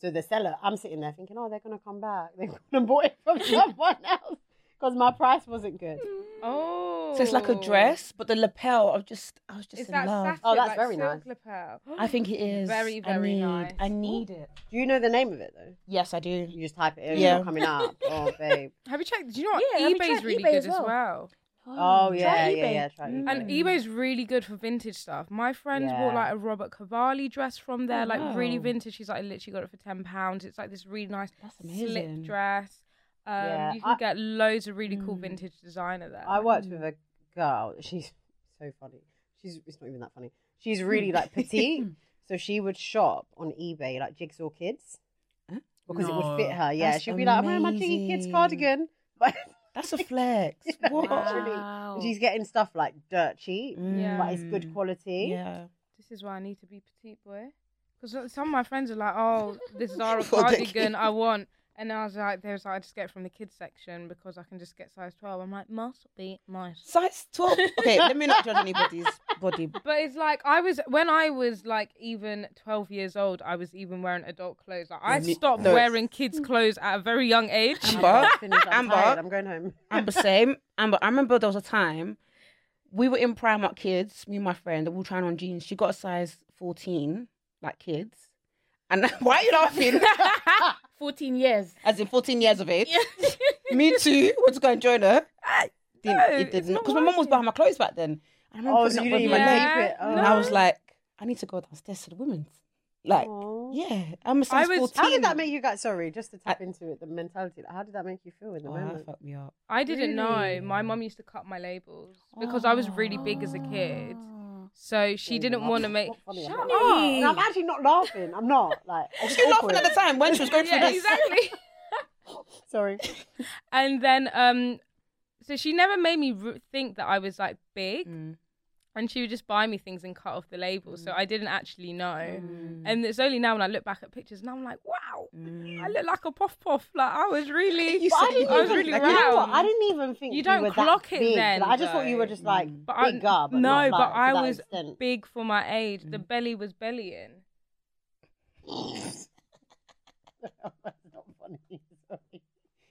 So the seller, I'm sitting there thinking, oh, they're gonna come back. They're (laughs) gonna buy it from someone else because my price wasn't good. Oh, So it's like a dress, but the lapel. I've just, I was just Is in that love. satin, Oh, that's like very silk nice. Lapel. I think it is Very, very I need, nice. I need it. Do you know the name of it though? Yes, I do. You just type it in, Yeah. it's not coming up. Oh, babe. Have you checked? Do you know what? Yeah, have you eBay's tried really eBay good as as well. well? Oh, yeah, yeah, yeah. Try it. And eBay's really good for vintage stuff. My friends bought Yeah. like a Robert Cavalli dress from there, Oh, like really wow. vintage. She's like, I literally got it for ten pounds. It's like this really nice That's amazing. slip dress. Um, Yeah, you can I- get loads of really cool Mm. vintage designer there. I worked with a girl. She's so funny. She's it's not even that funny. She's really like (laughs) petite, so she would shop on eBay like jigsaw kids Huh? because it would fit No. her. Yeah, That's she'd be like, "I'm wearing my jiggy kids amazing. cardigan," but That's a flex. What? Wow. she's getting stuff like dirt cheap, Mm. but it's good quality. Yeah. This is why I need to be petite boy. Because some of my friends are like, oh, this Zara For the cardigan I want. And I was like, there's I just get it from the kids section because I can just get size 12. I'm like, must be nice. Size twelve. Okay, let me not judge anybody's body. But it's like I was when I was like even twelve years old, I was even wearing adult clothes. Like, I me- stopped no. wearing kids' clothes at a very young age. (laughs) I'm Amber, about to finish, I'm Amber. tired, I'm going home. Amber, same. Amber, I remember there was a time we were in Primark kids, me and my friend, and we were trying on jeans. She got a size 14, like kids. And (laughs) why are you laughing? (laughs) Fourteen years. (laughs) Oh, As in 14 years of age. me too. Went to go and join her. Didn't, no, it did it's not. not Because my mum was working. behind my clothes back then. And I remember Oh, putting so up you with didn't my even Yeah. keep leg. it. Oh. No. And I was like, I need to go downstairs to the women's. Like, Aw. yeah, I'm a size was- 14. How did that make you guys? Sorry, just to tap into it, the mentality. Like, how did that make you feel in the Oh, that moment? fucked me up. I didn't know. Really? My mum used to cut my labels because I was really big as a kid. Ah. So she didn't want to make. Not funny, Shut I'm up. not- No, I'm actually not laughing. I'm not like. (laughs) it's She was laughing awkward. at the time when she was going Yeah, through this. exactly. Sorry. and then, um, so she never made me r think that I was like big. Mm. and she would just buy me things and cut off the labels. So I didn't actually know. Mm. And it's only now when I look back at pictures and I'm like, wow, I look like a puff puff. Like I was really, Mm. (laughs) You But I said didn't I was even, really you know what? round. I didn't even think You you don't were that clock it big. then, Like, I just thought you were just like Mm. but I- big up. no, not, like, but to I that was extent. (laughs) big for my age. Mm. The belly was bellying. That's not funny. (laughs) Sorry.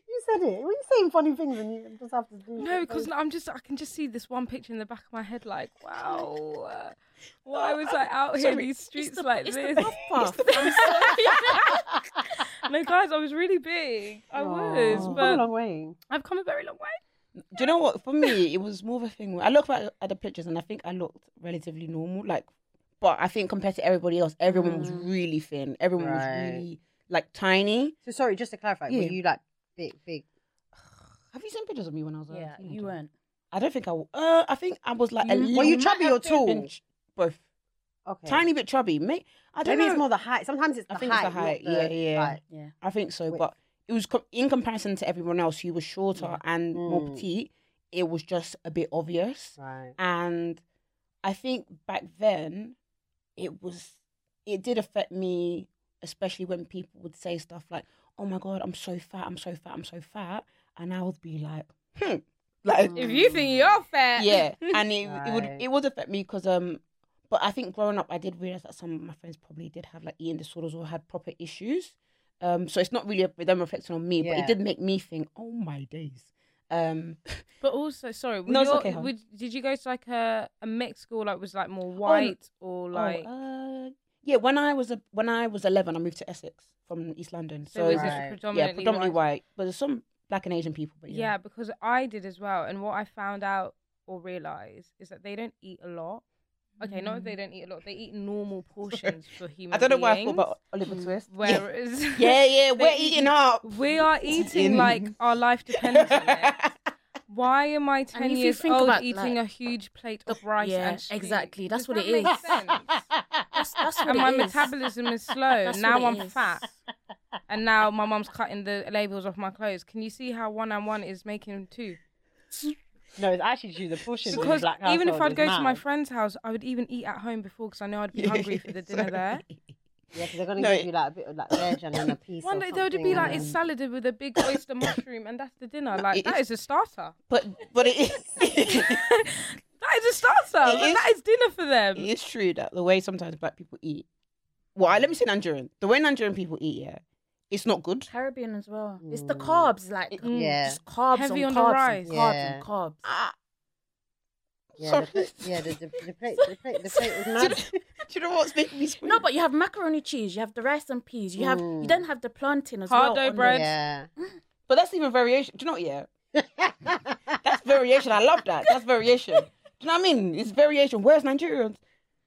You said it. Were you saying funny things and you just have to do? No, Mm. it? because I'm just, I can just see this one picture in the back of my head. (laughs) Like, wow, uh, why was I out here in these streets like it's this? the (laughs) puff (laughs) puff. no, guys, I was really big. I was, You've come a but long way. I've come a very long way. Do you know what? For me, it was more of a thing. where- I look back at the pictures and I think I looked relatively normal. Like, but I think compared to everybody else, everyone was really thin. Everyone Mm. Right. was really like tiny. So sorry, just to clarify, Yeah. were you like big, big? Have you seen pictures of me when I was? a yeah, teenager? you weren't. I don't think I. w- Uh, I think I was like. a Were you little- chubby (laughs) or tall? been ch- both. Okay. Tiny bit chubby. Mate, I don't Maybe know. it's more the height. Sometimes it's the I think it's height. the height. not the- yeah, yeah. like- Yeah. I think so, Wait. but it was com- in comparison to everyone else who was shorter and more Mm. petite. It was just a bit obvious. Right. and i think back then it was it did affect me especially when people would say stuff like oh my god i'm so fat i'm so fat i'm so fat and i would be like hmm like If you think you're fat, yeah and it, it would Right. it would affect me because um But I think growing up, I did realize that some of my friends probably did have like eating disorders or had proper issues. Um, so it's not really a, them reflecting on me, but Yeah. it did make me think, oh my days. Um, (laughs) But also, sorry, were No, it's your- okay, hon. would, did you go to like a, a mixed school? Like was like more white or oh, like? uh, yeah, when I was a, when I was eleven, I moved to Essex from East London. so So, is Right. this Yeah, predominantly yeah, predominantly white. but there's some black and Asian people. But Yeah. because I did as well, and what I found out or realized is that they don't eat a lot. Okay, not that they don't eat a lot; they eat (laughs) normal portions for human. Mm. I don't know why I beings, thought about Oliver (laughs) Twist. (laughs) yeah, Whereas yeah, yeah, we're Hmm. They eat- eating up. (laughs) we are eating In- like our (laughs) life depends on it. Why am I if ten you years think old about, eating a like, huge plate of rice? yeah, and stew? exactly, that's Does what that it make is. sense? (laughs) That's, that's what and it my is. metabolism is slow. (laughs) That's now what I'm it is. fat, and now my mom's cutting the labels off my clothes. Can you see how one and one is making two? No, it's actually due to the portions. in the Because black even if household I'd is go to my mad. friend's house, I would even eat at home before because I know I'd be hungry for the dinner there. yeah, because they're gonna No, give it- you like a bit of like veg and then a piece. One or day there would something be and like then- it's salad with a big oyster mushroom, and that's the dinner. Like it that is a starter. But but it is, (laughs) That is a starter. It Like, is- that is dinner for them. it is true that the way sometimes black people eat. Well, I- let me say Nigerian. The way Nigerian people eat, yeah, it's not good. (laughs) Caribbean as well. It's the carbs, like It- mm, Yeah. just carbs Heavy on on the carbs, rice. and carbs Yeah. and carbs. Ah, yeah, the, Sorry. plate- yeah, the, the, the plate, the plate, the plate was (laughs) mad. do you know what's making me scream? No, but you have macaroni cheese, you have the rice and peas, you have you Mm. then have the plantain as Hard well. dough on the- bread. Yeah. Mm, but that's even variation. Do you know what? Yeah, that's variation. I love that. That's variation. Do you know what I mean? It's variation. Where's Nigerians?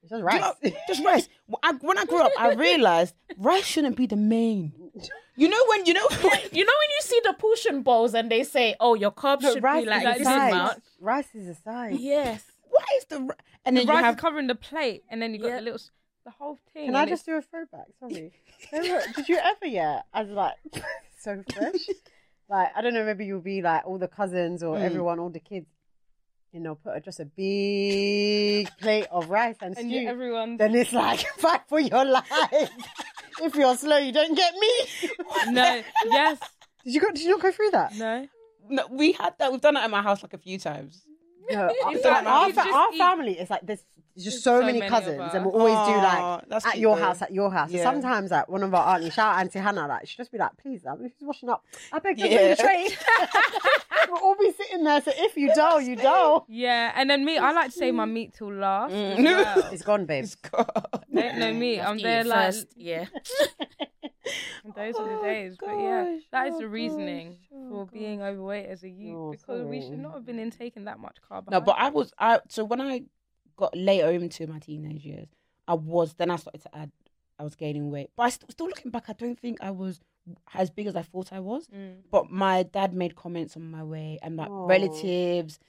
It's just Do rice. you know- (laughs) just rice. When I, when I grew up, I realized rice shouldn't be the main. You know when you know. (laughs) You know when you see the portion bowls and they say, "Oh, your carbs No, should rice be is like like this sides. amount." Rice is a side. Yes. What is the ri- and then rice you have is covering the plate, and then you got Yeah. the little, s- the whole thing. Can and I it's- just do a throwback? Sorry. Remember- Did you ever, yeah, as like (laughs) so (laughs) fresh? Like, I don't know, maybe you'll be like all the cousins or Mm. everyone, all the kids, you know, put just a (laughs) big plate of rice and, and stew. you, everyone's Then it's like, (laughs) fight for your life. if you're slow, you don't get me. no, yes, Did you, go, did you not go through that? no. no, we had that. We've done that at my house like a few times. (laughs) No, our, It's fa- like our, you fa- just our eat- family is like there's just so, so many, many of cousins, and us. we'll always do Aw, like that's at cute your though. house, at your house. So Yeah. sometimes like one of our aunties, shout out Auntie Hannah, like she just be like, please, like, she's washing up. I beg you, Yeah. yeah. the tray. (laughs) we'll all be sitting there. So if you dull, you dull. Yeah, and then me, I like to say my meat till last. as Mm. well. It's gone, babe. (laughs) They don't know me. I'm there Eat like first, (laughs) yeah. Mm. those are the days. but yeah, that is the reasoning for being overweight as a youth Oh, because we sorry. should not have been intaking that much carb. No, but I was I so when I got later into my teenage years, I was then I started to add I was gaining weight. But I still, still looking back, I don't think I was as big as I thought I was. Mm. But my dad made comments on my weight and my Aw. relatives.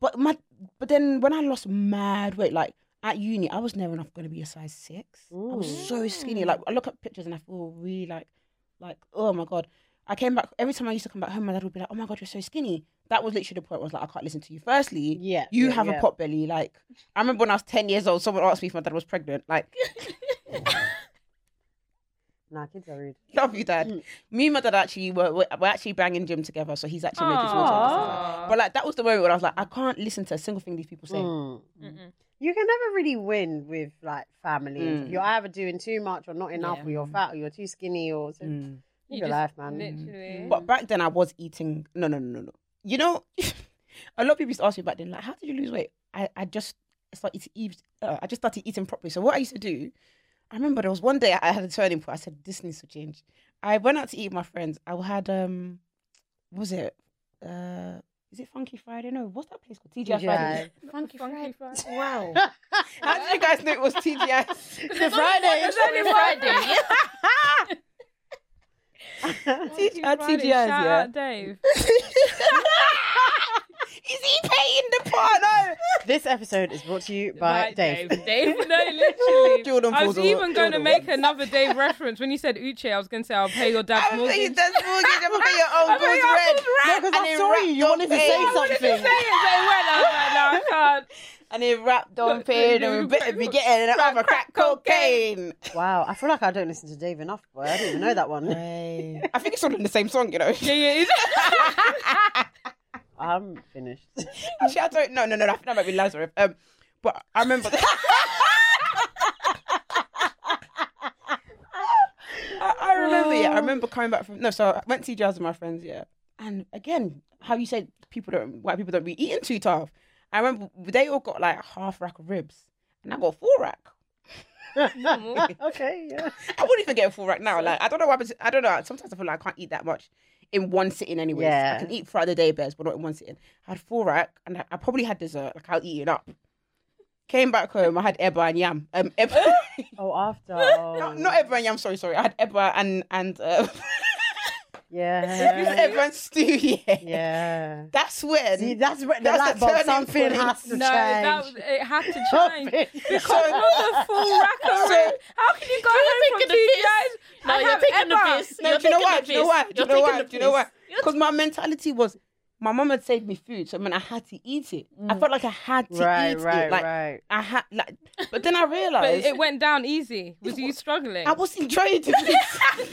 But my but then when I lost mad weight, like at uni, I was never enough going to be a size six. I was so skinny. Like I look at pictures and I feel really like like oh my god. I came back every time I used to come back home, my dad would be like, "Oh my god, you're so skinny." That was literally the point. Where I was like, "I can't listen to you." Firstly, (laughs) Yeah, you yeah, have yeah. a pot belly. Like I remember when I was ten years old, someone asked me if my dad was pregnant. Like, (laughs) Nah, kids are rude. love you, dad. Mm. Me and my dad actually were were were actually banging gym together, so he's actually made his way to us and stuff. But like that was the moment when I was like, I can't listen to a single thing these people say. Mm. You can never really win with like family. Mm. You're either doing too much or not enough, Yeah. or you're fat, or you're too skinny, or so. Mm. Live your life, man. Literally. But back then, I was eating. No, no, no, no, no. You know, (laughs) a lot of people used to ask me back then, like, how did you lose weight? I, I just started to eat. Uh, I just started eating properly. So what I used to do, I remember there was one day I had a turning point. I said, this needs to change. I went out to eat with my friends. I had um, what was it uh, is it Funky Friday? No, what's that place called? TGI, Friday. Funky, Funky Friday. Friday. Wow. How did you guys know it (laughs) was TGI? The Friday. It's only (laughs) Friday. Yeah. Funky at Friday, TGI's, shout yeah. (laughs) out Dave. Is he paying the part? No. (laughs) This episode is brought to you by Right, Dave. Dave. no, literally. Jordan I was Poole, even going to Jordan. make another Dave reference when you said Uche. I was going to say I'll pay your dad's I'm saying mortgage. (laughs) that's mortgage. I'm paying your own I'm paying your bills bills No, rent. 'cause I And it saw you. wrapped You on wanted to pay. say I wanted to Say it, something. say it, went. I was like, no, I can't. And it wrapped on Look, paid, you and we better be crack- (laughs) getting it crack- over crack crack cocaine. cocaine. Wow, I feel like I don't listen to Dave enough, boy. I didn't even know that one. I think it's all in the same song, you know. Yeah, (laughs) yeah. it's- (laughs) I'm (laughs) finished. Actually, I don't. No, no, no. I think that might be Lazarus. Um, but I remember. (laughs) Oh. I remember coming back from no, so I went to jazz with my friends, yeah. And again, how you said people don't white people don't be eating too tough. I remember they all got like half rack of ribs, and I got full rack. okay, yeah. I wouldn't even get a full rack now. Like I don't know what happens. I don't know. Sometimes I feel like I can't eat that much in one sitting. Anyways, Yeah. I can eat throughout the day, bears, but not in one sitting. I had full rack, and I, I probably had dessert. Like I'll eat it up. Came back home, I had eba and yam. Um, eba, (laughs) Oh, after. Oh, not, not eba and yam. Sorry, sorry. I had eba and and uh, (laughs) Yeah. eba and stew. Yeah. Yeah. That's when. See, that's where the That's light the bulb. turning Something point. has to No, that was, (laughs) change. it had to Something- change. (laughs) Because not the full rack of So- rib. How can you go home from taking the two piss. days No, and you're have taking the Emma? piss. No, You're do you know taking why? the Do you know piss. why? Do you You're know taking why? the Do you know why? piss. You're Because my mentality was my mum had saved me food, so when I had to eat it, Mm. I felt like I had (laughs) to Right, eat right, it. Like right. I had, like, but then I But realized it went down easy. Was you struggling? I wasn't trying to. eat.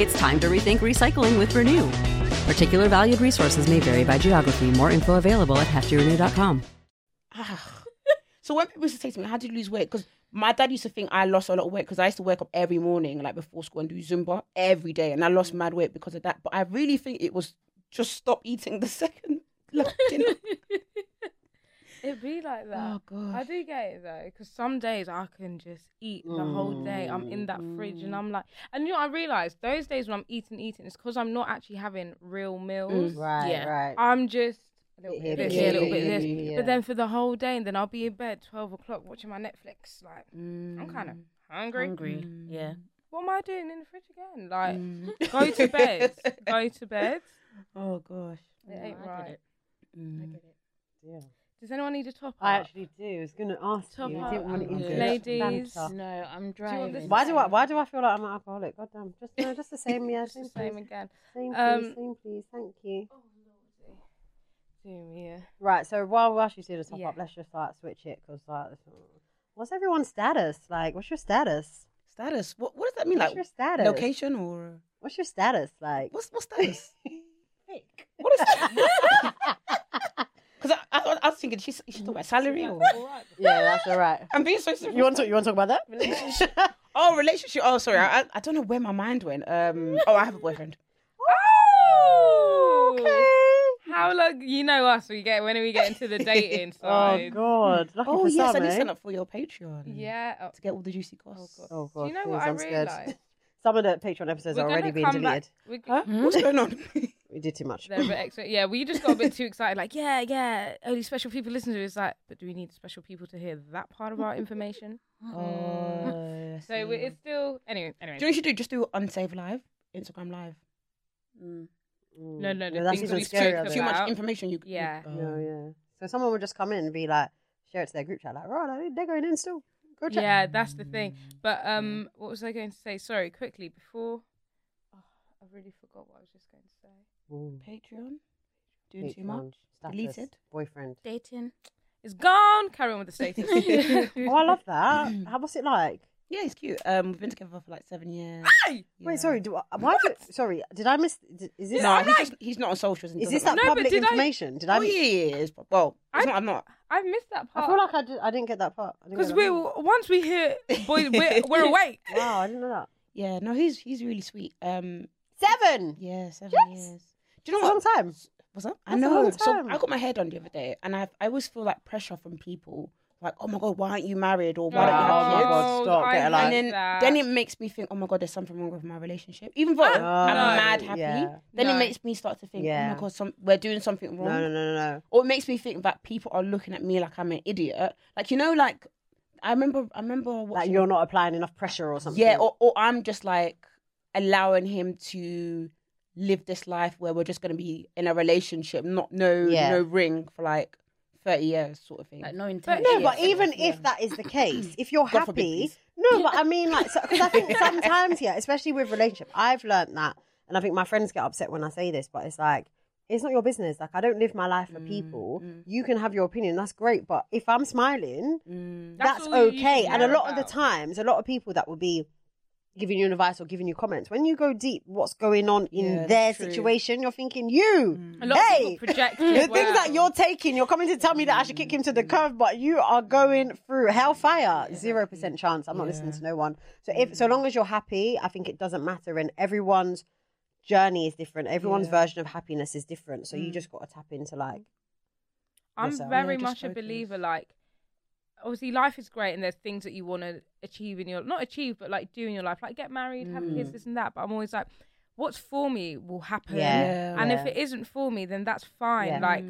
It's time to rethink recycling with Renew. Particular valued resources may vary by geography. More info available at heftyrenew.com. Ah. (sighs) so when people used to say to me, "How did you lose weight?" Because my dad used to think I lost a lot of weight because I used to wake up every morning, like before school, and do Zumba every day, and I lost mad weight because of that. But I really think it was just stop eating the (laughs) second like, (laughs) dinner. (laughs) It'd be like that. Oh, gosh. I do get it though, because some days I can just eat the whole day. I'm in that fridge and I'm like, and you know, I realized those days when I'm eating, eating, it's because I'm not actually having real meals. Mm. Right, Yeah. right. I'm just a little Here, bit of this, here, a little bit of here, this. here, here. But then for the whole day, and then I'll be in bed twelve o'clock watching my Netflix. Like I'm kind of hungry. Mm. Hungry. Yeah. What am I doing in the fridge again? Like (laughs) go to bed, go to bed. Oh gosh. It ain't I get right. it. Mm. Yeah. Does anyone need a top up? I actually do. I was gonna ask Top you. up. I didn't want to I'm good. interrupt Ladies. banter. No, I'm want this driving. Why do I? Why do I feel like I'm an alcoholic? God damn. Just no, just the same. (laughs) Yeah, It's same, the same, same again. same, Um, please, same, please. Thank you. Zoom, yeah. Right. So while while she's doing a top Yeah. up, let's just like switch it because like, what's everyone's status? Like, what's your status? Status. What what does that mean? What's like your status? location or What's your status like? what's what's status? What is (laughs) that? Because I, I, I was thinking she's she's talking about salary or yeah, that's all (laughs) right. I'm being so serious. You want to you want to talk about that (laughs) relationship? Oh, relationship. Oh, sorry. I, I- I don't know where my mind went. Um. Oh, I have a boyfriend. Oh, How long? You know us. We get when we get into (laughs) the dating oh side. God! Lucky Oh for yes, some, I did eh? sign up for your Patreon. Yeah. Oh, To get all the juicy costs. God. Oh Do God! you know please, what I I'm scared. realised? Some of the Patreon episodes We're are already gonna being come deleted. back. We're, (laughs) Huh? What's (laughs) going on? (laughs) We did too much. They're a bit extra. Yeah, we just got a bit too excited. Like, yeah, yeah, only special people listen to it. It's like, but do we need special people to hear that part of our information? (laughs) oh. I So we- see. it's still anyway. Anyway, Do you know what you should do? Just do Unsave Live, Instagram Live. no, no, no, Mm. that's things even we scarier. talked though. Too Wow. much information. You. you- Yeah. oh. No, yeah. So someone would just come in and be like, share it to their group chat, like, right, they're going in still. Go check. yeah, that's the thing. But Mm. um, what was I going to say? Sorry, quickly before. Oh, I really forgot what I was just going to say. Ooh, Patreon. Doing too Patreon much. status, Deleted. Boyfriend. Dating. It's gone. Carry on with the (laughs) status. (laughs) Oh, I love that. How was it like? Yeah, it's cute. Um, we've been together for like seven years. Yeah. Wait, sorry. Do I, why? Do, sorry, did I miss? Did, is this? No, he's, just, he's not on socials. and is this doesn't- like (laughs) No, but public did I- information? Did I? Oh yeah, yeah, yeah. It's, well, it's I- not, I'm not. I missed that I feel part like I, did, I didn't get that part. I didn't get because that we part. once we hear boy, we're, (laughs) we're awake. Wow, I didn't know that. Yeah, no, he's he's really sweet. Um, Seven. yeah, seven Yes. years. Do you know That's a long what? time. What's up? I That's a know. long So time. I got my hair done the other day, and I I always feel like pressure from people, like, oh my god, why aren't you married or why don't you Oh, have my kids? God, stop, I get a hate life. And then, that. then it makes me think, oh my god, there's something wrong with my relationship. Even though I'm Ah, No. mad happy, Yeah. then No. it makes me start to think, oh Yeah. my god, some, we're doing something No, wrong. no, no, no, no. or it makes me think that people are looking at me like I'm an idiot. Like you know, like I remember, I remember Like watching, you're not applying enough pressure or something. yeah, or, or I'm just like allowing him to live this life where we're just gonna be in a relationship, not no Yeah. no ring for like thirty years, sort of thing. Like no intention. no, Yeah, but yeah, even if that is the case, if you're God forbid, happy, please. no, but I mean, like, because I think sometimes, yeah, especially with relationship, I've learned that And I think my friends get upset when I say this, but it's like, it's not your business. Like, I don't live my life for people. You can have your opinion. That's great. But if I'm smiling, that's, That's all you okay. should And a care lot of about. the times, a lot of people that will be giving you advice or giving you comments, when you go deep, what's going on in Yeah, their that's true. situation, you're thinking, you, A lot hey, of people (laughs) project the as things that well. you're taking, you're coming to tell me that I should kick him to the curb, but you are going through hellfire. Zero percent chance. I'm not listening to no one. So if so long as you're happy, I think it doesn't matter. And everyone's journey is different. Everyone's version of happiness is different. So Mm. you just got to tap into like I'm yourself. very Yeah, much just a focus. believer. Like, obviously, life is great, and there's things that you want to achieve in your not achieve, but like do in your life, like get married, have Mm. kids, this and that. But I'm always like, what's for me will happen. Yeah. And if Yeah. it isn't for me, then that's fine. Yeah. Like,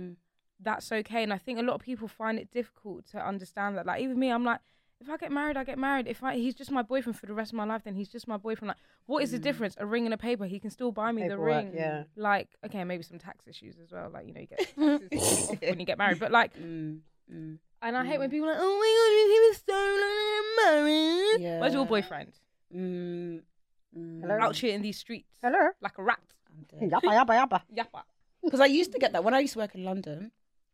that's okay. And I think a lot of people find it difficult to understand that. Like, even me, I'm like. If I get married, I get married. If I, he's just my boyfriend for the rest of my life, then he's just my boyfriend. Like, what is the difference? A ring and a paper. He can still buy me the Mm. Paperwork, ring. yeah. Like, okay, maybe some tax issues as well. Like, you (laughs) know, you get taxes off when you get married. But like, Mm, mm. and I hate when people are like, oh my god, he was so lonely and married. Yeah. Where's your boyfriend? Mm, mm. Hello? Out here in these streets. hello, Like a rat. (laughs) yabba yabba yabba. Yappa. Because I used to get that when I used to work in London.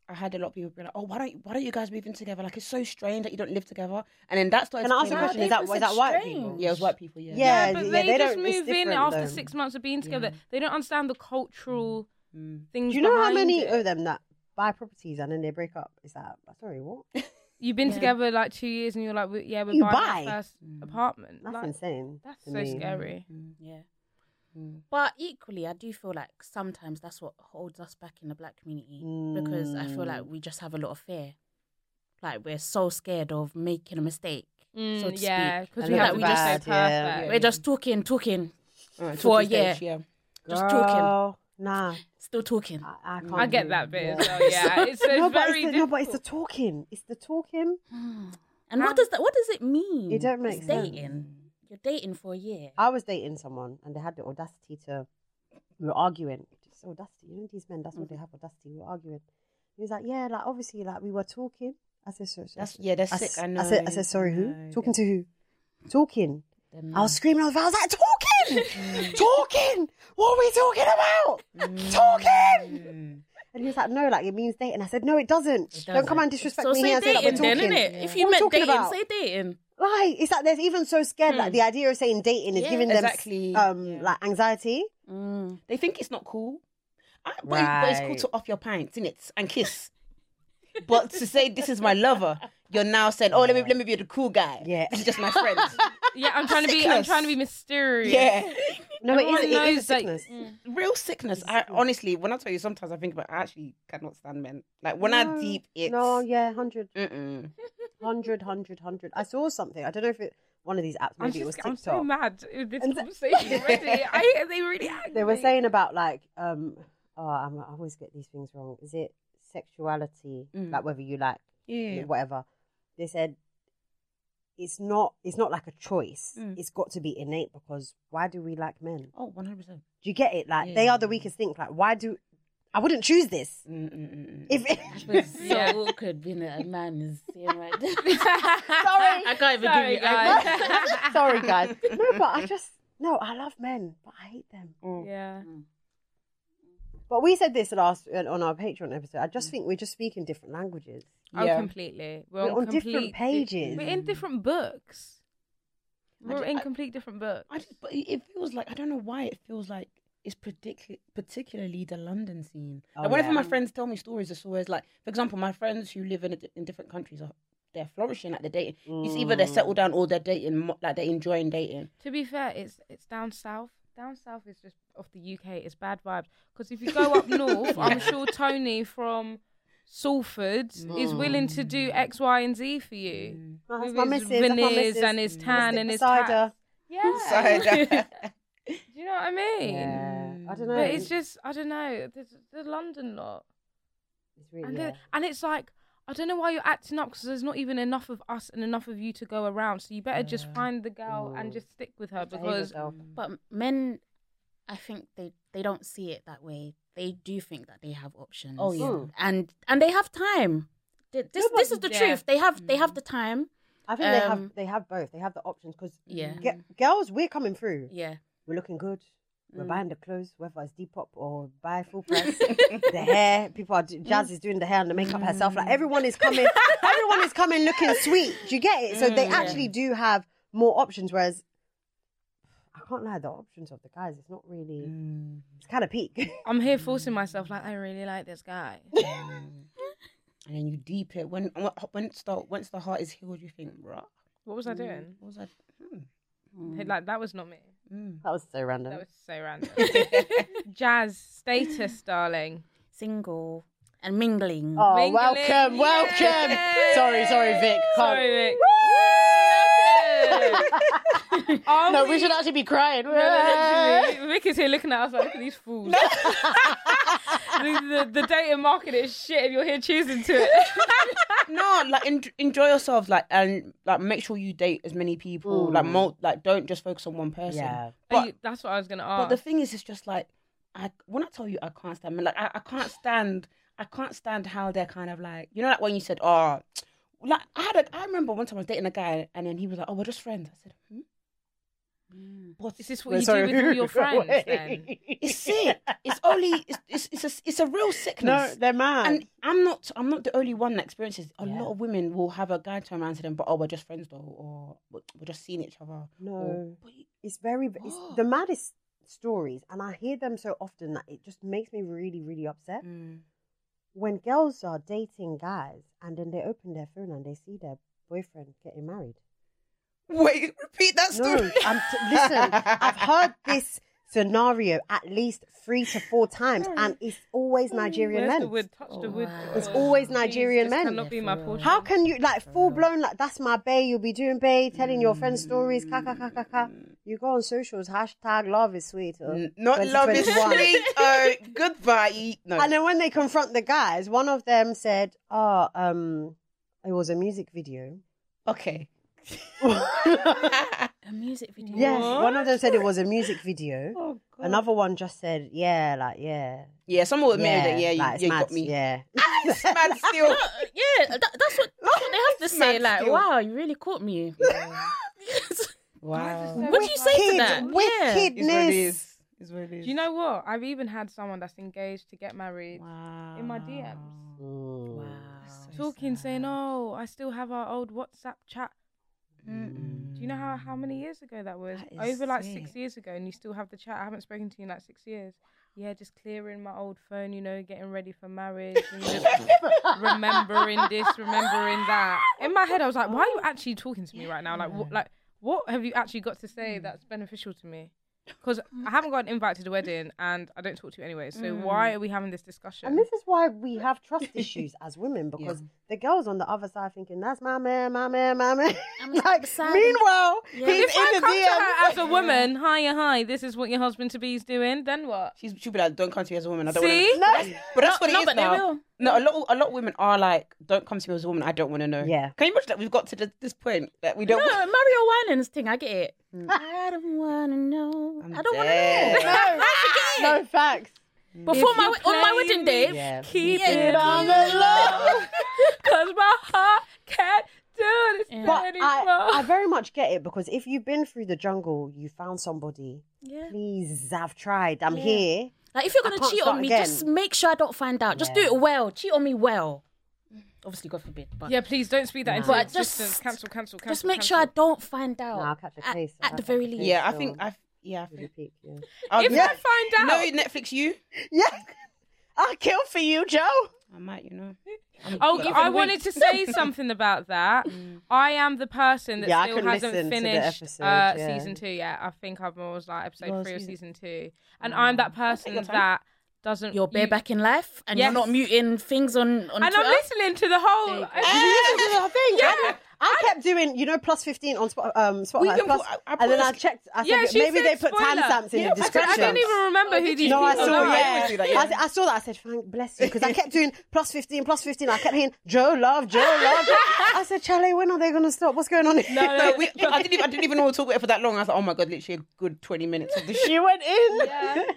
I had a lot of people being like, "Oh, why don't you, why don't you guys move in together? Like it's so strange that you don't live together." And then that started. Can I ask to a play question? Is with- that is that white people? Yeah, it was white people. Yeah. Yeah, but yeah, they, they just don't- it's move in different, after though. Mm. six months of being together. They don't understand the cultural Do Mm. things. you know how behind many it. of them that buy properties and then they break up? Is that (laughs) sorry what? You've been together like two years and you're like, we- yeah, we're You buying buy. our first apartment. That's Like, insane. That's to so me. scary. Mm, Yeah. Mm. But equally, I do feel like sometimes that's what holds us back in the black community because I Mm. feel like we just have a lot of fear. Like we're so scared of making a mistake, Mm, so to yeah, speak. because And we look have to be so bad, perfect. yeah. We're just talking, talking, All right, For a talking stage, yeah. just talking, Girl, Nah, still (sighs) talking. I, I can't. I get do that bit it. as well. (laughs) Yeah, it's, it's no, but very it's the, no, difficult. but it's the talking. It's the talking. And what does that? What does it mean? It don't make It's sense. dating. You're dating for a year. I was dating someone and they had the audacity to. We were arguing. It's audacity. You know these men. That's what they have audacity. We were arguing. He was like, "Yeah, like obviously, like we were talking." I said, "Sorry." sorry, That's sorry." yeah. That's I, sick. s- I know. I said, "I said sorry. Who? know. Talking to who? Talking." Them Mm. I was screaming. I was, I was like, "Talking, talking. What are we talking about? Talking." Mm. And he was like, "No, like it means dating." I said, "No, it doesn't. Don't come doesn't. and disrespect so me say here and say that we're dating, talking." then, innit? If What are you we meant talking dating, about? say dating. Like, it's like they're even so scared. Hmm. Like the idea of saying dating is Yeah, giving them exactly. um Yeah. like anxiety. They think it's not cool. I, but, it- but it's cool Right. to off your pints, innit? And kiss. but to say this is my lover, you're now saying, Oh, let me let me be the cool guy. Yeah. He's just (laughs) my friend. Yeah, I'm trying to be. I'm Sickness. trying to be mysterious. yeah. No, it Everyone is, it is a knows, like, sickness. Real sickness. I honestly, when I tell you sometimes I think about I actually cannot stand men. Like when I deep it's No, yeah, 100, mm-mm. 100, 100, 100. I saw something. I don't know if it one of these apps, I'm, maybe it was just, TikTok. I'm so mad with this And- conversation already. I, they really angry. They were saying about like, um, oh, I'm, I always get these things wrong. Is it sexuality? Mm. Like whether you like Yeah. whatever. They said it's not. It's not like a choice. Mm. It's got to be innate because why do we like men? Oh, 100 percent Do you get it? Like they are the weakest link. Like why do I wouldn't choose this if (laughs) It's so Yeah. awkward being a man is (laughs) saying (laughs) right there. Sorry, I can't even Sorry, give you. (laughs) guys. (laughs) sorry guys. No, but I just no. I love men, but I hate them. yeah. But we said this last uh, on our Patreon episode. I Mm. just think we're just speaking different languages. Oh, Yeah. completely. We're, We're on different complete di- pages. We're in different books. We're ju- in I- complete different books. I just, but it it feels like I don't know why it feels like it's particu- particularly the London scene. Oh, like whenever yeah. my friends tell me stories, it's always like, for example, my friends who live in a di- in different countries are they're flourishing at the dating. It's either they're Mm. settled down or they're dating, mo- like they're enjoying dating. To be fair, it's it's down south. Down south is just off the UK. It's bad vibes. Because if you go (laughs) up north, I'm sure Tony from Salford is willing to do X, Y, and Z for (laughs) you. No, that's With my his missus, that's my veneers missus. and his tan Stick and the his cider. tats. (laughs) (laughs) Yeah. Do you know what I mean? Yeah, I don't know. Mm. But it's just I don't know the, the London lot, It's really- and yeah. the, and it's like I don't know why you're acting up because there's not even enough of us and enough of you to go around. So you better just find the girl and Mm. just stick with her I hate because myself. But men, I think they they don't see it that way. They do think that they have options. Oh, yeah. Mm. and and they have time. Th- This this is the yeah. Mm. truth. They have they have the time. I think they Um, have they have both. They have the options because Yeah. girls, we're coming through. Yeah. We're looking good. We're Mm. buying the clothes, whether it's Depop or buy (laughs) full price. the hair, people are do- Jazz is doing the hair and the makeup herself. Like everyone is coming, Mm. everyone is coming looking sweet. Do you get it? So they actually do have more options. Whereas I can't lie, the options of the guys, it's not really. Mm. It's kind of peak. (laughs) I'm here forcing myself, like, I really like this (laughs) guy. (laughs) And then you deep it when once the once the heart is healed, you think, bruh, What was I doing? what was I? Hmm. Like, that was not me. That was so random. That was so random. (laughs) Jazz status, darling. Single and mingling. Oh, Mingling. welcome, welcome. Yay. Sorry, sorry, Vic. Can't- Sorry, Vic. Welcome. Are (laughs) No, we- we should actually be crying. No, no, literally. Vic is here looking at us like, look at these (laughs) fools. the, the, the dating market is shit and you're here choosing to it. no, like en- enjoy yourself, like and like make sure you date as many people, like mul- like don't just focus on one person. Mm. Yeah. Are you- That's what I was going to But ask. the thing is, it's just like I when I tell you I can't stand, like I, I can't stand, I can't stand how they're kind of like you know, like when you said, oh, like I had a, I remember one time I was dating a guy and then he was like, oh, we're just friends. I said, hmm? Mm. What is this what you do with all (laughs) your friends then? It's sick. It's only it's it's it's a, it's a real No, sickness. they're mad. and I'm not I'm not the only one that experiences. A lot of women will have a guy turn around to them, but oh, we're just friends though, or we're we're just seeing each other. Or, No. It's very (gasps) it's the maddest stories and I hear them so often that it just makes me really, really upset. Mm. When girls are dating guys and then they open their phone and they see their boyfriend getting (laughs) married. Wait, repeat that No, (laughs) story. I'm t- listen, (laughs) I've heard this scenario at least three to four times and it's always Nigerian Where's men. the wood? Touch the wood. It's always Nigerian This men. cannot be my portion. Mm. How can you like full blown like that's my bae? You'll be doing bae, telling your friends stories. Ka ka ka ka ka. Mm. You go on socials. Hashtag love is sweet. uh, N- Not love is 2021. (laughs) sweet. Oh, goodbye. No. And then when they confront the guys, one of them said, "Oh, um, it was a music video." (laughs) Okay. A music video. Yes, one of them said it was a music video. Oh, God. Another one just said, "Yeah, like yeah, Yeah, someone admitted yeah, that. Yeah, you, like, it's you mad, got me. Yeah, It's (laughs) mad still. Yeah, uh, that, that's, what, that's what they have to It's say. mad Like, skill. wow, you really (laughs) caught me. (laughs) Wow. what do you say to that? Wicked, It's what it wickedness. is. It's what it is. Do you know what? I've even had someone that's engaged to get married Wow. in my DMs. Mm. Talking, saying, "Oh, I still have our old WhatsApp chat." Do you know how, how many years ago that was? Mm. That is Over like six sick. years ago, and you still have the chat. I haven't spoken to you in like six years. Yeah, just clearing my old phone, you know, getting ready for marriage, and (laughs) just remembering this, remembering that. In my head, I was like, "Why are you actually talking to me right now? Like, what, like, what have you actually got to Mm. say that's beneficial to me?" Because I haven't got an invite to the wedding, and I don't talk to you anyway. So Mm. why are we having this discussion? And this is why we have trust issues as women because the girls on the other side thinking that's my man, my man, my man. (laughs) I'm like, excited. meanwhile, Yeah. he's if I in the come to DM. her as a woman, hi, yeah, hi, this is what your husband to be's doing, then what? She's, she'll be like, don't come to me as a woman. I don't See? want to. No. But that's what no, it is but they now. will. No, a lot, of, a lot of women are like, don't come to me as a woman. I don't want to know. Yeah. Can you imagine that we've got to the, this point that we don't. (laughs) No, Mario Winans thing. I get it. I don't wanna know. I'm I do not want dead. (laughs) to know. I No facts. forget. Before my If you on my play wedding me, day, Yeah. Keep Yeah. it on the low. Cause my heart can't do this But anymore. I, I very much get it because if you've been through the jungle, you found somebody. Yeah. Please, I've tried. I'm here. like if you're I gonna can't cheat start on me, again. just make sure I don't find out. Just do Yeah. it well. Cheat on me well. Obviously, God forbid. But yeah, please don't speak that into But existence. just- cancel, cancel, cancel. just make cancel. sure I don't find out. No, I'll catch a at- case. At, I'll the catch very a least. case. yeah, I think. so- I've, yeah, I think. Repeat, yeah. I'll If do I that. find out, No, Netflix, you. yeah. (laughs) I'll kill for you, Joe. I might, you know. oh, I wanted to say something about that. I am the person that Yeah, I still couldn't hasn't listen to the finished episode, uh, yeah. season two yet. I think I'm always like episode Well, three or season season- two, and I'm that person that doesn't. You're you- bareback in life, and Yes. you're not muting things on on and Twitter. I'm listening to the whole. Did you listen to the whole thing? I, did- I kept doing, you know, plus 15 on Spot, um, Spotify. can Plus, put- I- I put and then this- I checked. I said, Yeah, she maybe said they put spoiler. timestamps in Yeah, the I did- I description. I don't even remember who these No, I people saw. are. I Yeah, always do that, yeah. I, said- I saw that. I said, "Thank bless you," because I kept doing plus fifteen, plus fifteen. I kept hearing Joe Love, Joe Love. Joe. I said, said, Charlie, when are they going to stop? What's going on? No, no, we, I, didn't even, I didn't even know we talked about it for that long. I was like, oh my god, literally a good 20 minutes (laughs) of this shit. she went in.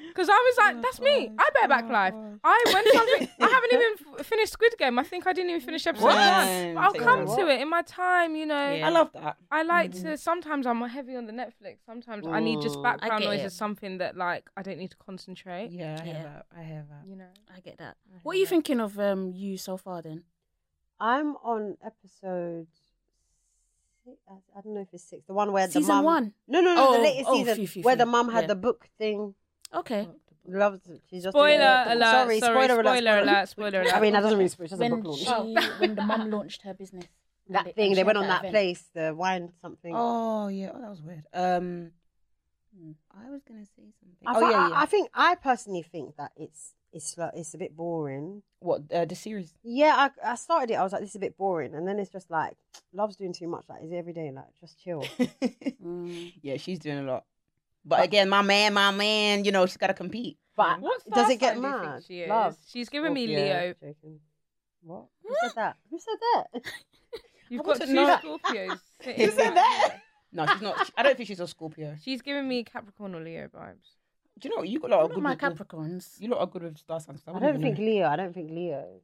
Because I was like, that's me. I better back live. I when something I haven't even f- finished Squid Game. I think I didn't even finish episode What? one. But I'll Take come that. to it in my time, you know. I love that. I like to sometimes I'm heavy on the Netflix. Sometimes I need just background get noise it. as something that like I don't need to concentrate. Yeah, I hear Yeah. that. I hear that. You know. I get that. What are you thinking of um you so far then? (laughs) I'm on episode. six- I I don't know if it's six. The one where Uh, the Season mum- one? No, no, no. the Oh, latest oh, season phew, phew, where the phew. mum had Yeah. the book thing. Okay. Loves. She's just Spoiler Yeah. alert! Sorry, spoiler, alert! Spoiler alert! (laughs) I mean, that doesn't really spoil. She has a When book launch. she, (laughs) when the mum launched her business. That and thing she they had went on that event. place, the wine something. Oh yeah. Oh, that was weird. Um, I was gonna say something. I, oh thi- yeah, I- yeah. I think I personally think that it's it's like- it's a bit boring. what uh, the series? (laughs) Yeah, I, I started it. I was like, this is a bit boring, and then it's just like, love's doing too much. Like, is it every day? Like, just (laughs) chill. yeah, she's doing a lot. Uh, But again, my man, my man, you know, she's gotta compete. (laughs) But What does star it get sign do you think mad? She is? Love. She's giving me Yeah. Leo. Joking. (laughs) What? Who said that? Who said that? You've I got want to two know that. Scorpios. sitting You said right that? here. No, she's not. she- I don't think she's a Scorpio. She's giving me Capricorn or Leo vibes. Do you know what? you Oh, got a lot of Not good my with, with- Capricorns. You lot are good with star signs. I wouldn't don't even think Leo. I don't think Leo.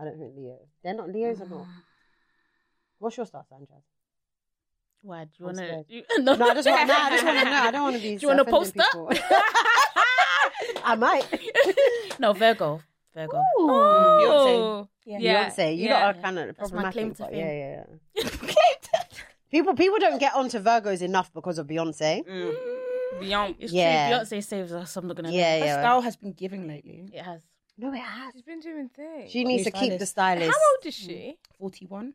I don't think Leo. They're not Leos or (gasps) not. What's your star sign, Jazz? Why do you I'm wanna? scared. (laughs) You, No, I just want. No, I just want to know. I don't want to be. (laughs) Do you want to offending post that? people. (laughs) (laughs) I might. no, Virgo. Virgo. Oh, Yeah. Beyonce, you yeah. lot are kind of That's my problematic. claim to but fame. Yeah, yeah, yeah. People, people don't get onto Virgos enough because of Beyonce. Mm. Beyonce. It's Yeah. true. Beyonce saves us. I'm not gonna. Yeah, Her yeah. style has been giving lately. Lie. It has. No, it has. She's been doing things. She needs to keep the stylist. How stylist. old is she? Forty-one.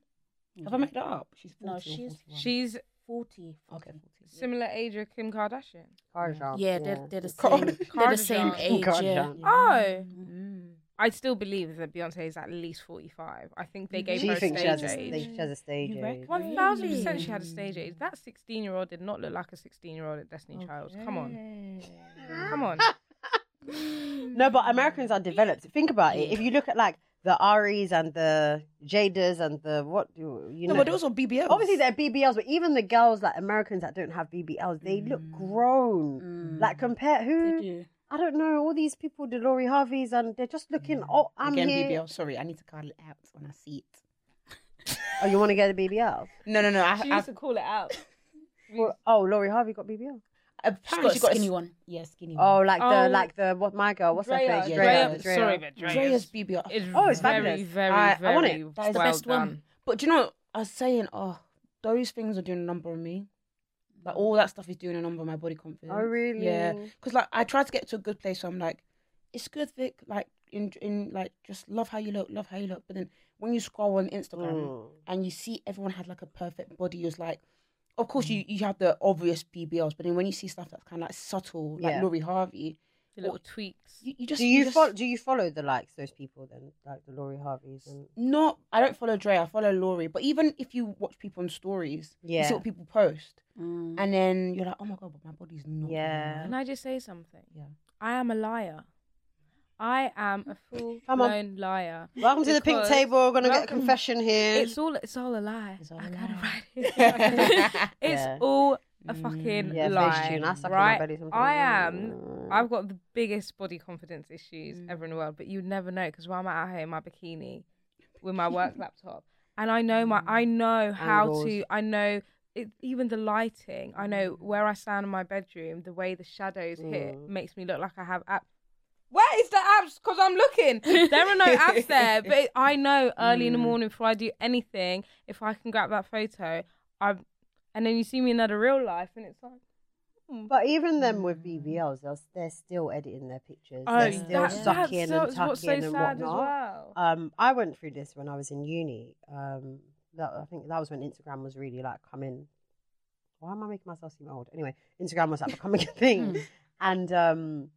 Have I made that up? She's 40 No, or she's- 41. She's Forty. okay. 40. similar age of Kim Kardashian. Karja, Yeah, they're, they're the (laughs) Car- same. (laughs) They're the same Kardashian. age. Yeah. Kardashian. Oh, Mm. I still believe that Beyonce is at least forty-five. I think they gave Do you her a think stage she has a, age. stage, she has a stage You age? reckon? One thousand percent, Really? she had a stage age. That sixteen-year-old did not look like a sixteen-year-old at Destiny Child. Come on, come on. No, but Americans are developed. Think about it. If you look at like the Aries and the Jadas and the what do you No, know? but those are BBLs. Obviously, they're BBLs, but even the girls, like Americans that don't have BBLs, they look grown. Like, compare They who? do. I don't know. All these people, the Lori Harveys, and they're just looking, oh, I'm Again, here. BBL. Sorry, I need to call it out when I see it. Oh, you want to get a BBL? No, no, no. I, She I, used to call it out. Well, oh, Lori Harvey got BBL. She's got apparently a she got a skinny s- one. Yeah, skinny. Oh, one. like Oh. the, like the, what, my girl, what's her Drea, face? yeah, Drea, Drea. sorry, but Dreya's, Dreya's BBL. Oh, it's very, fabulous. very, I- very I want it. That is the well best one. done. But do you know, what? I was saying, oh, those things are doing a number on me. Like all that stuff is doing a number on my body confidence. Oh, really? Yeah, because like I try to get to a good place. where I'm like, it's good, Vic. Like in in like just love how you look, love how you look. But then when you scroll on Instagram Mm. Um, and you see everyone had like a perfect body, it's like. Of course, Mm. you, you have the obvious BBLs, but then when you see stuff that's kind of like subtle, like Yeah. Laurie Harvey, The little tweaks. you, you just Do you, just- fol- do you follow the likes those people then, like the Laurie Harveys? And- not I don't follow Dre, I follow Laurie. But even if you watch people on stories, you Yeah. see what people post, Mm. and then you're like, oh my god, but my body's not. doing Yeah. that." Can I just say something? Yeah. I am a liar. I am a full (laughs) Come on. blown liar. welcome to the pink Because- table. We're gonna get a welcome. confession here. (laughs) It's all it's all a lie. It's all I a gotta lie. write (laughs) it. it's Yeah. all a fucking yeah, lie. face tune. I suck on my right? belly sometimes. I am. Mm. I've got the biggest body confidence issues ever in the world, but you never know because while I'm out here in my bikini with my work laptop, and I know my, I know how to, Angles. I know it, even the lighting. I know where I stand in my bedroom. The way the shadows hit makes me look like I have abs. Where is the abs? Because I'm looking. There are no abs there, but it, I know early in the morning before I do anything, if I can grab that photo, I'm. And then you see me in another real life, and it's like. But even them with BBLs, they're, they're still editing their Mm. pictures. Oh, they're that- still sucking that's and so- what's so tucking and sad as whatnot. well. Um, I went through this when I was in uni. Um, that, I think that was when Instagram was really like coming. Why am I making myself seem old? Anyway, Instagram was like becoming (laughs) a Hmm. thing, Mm. and um,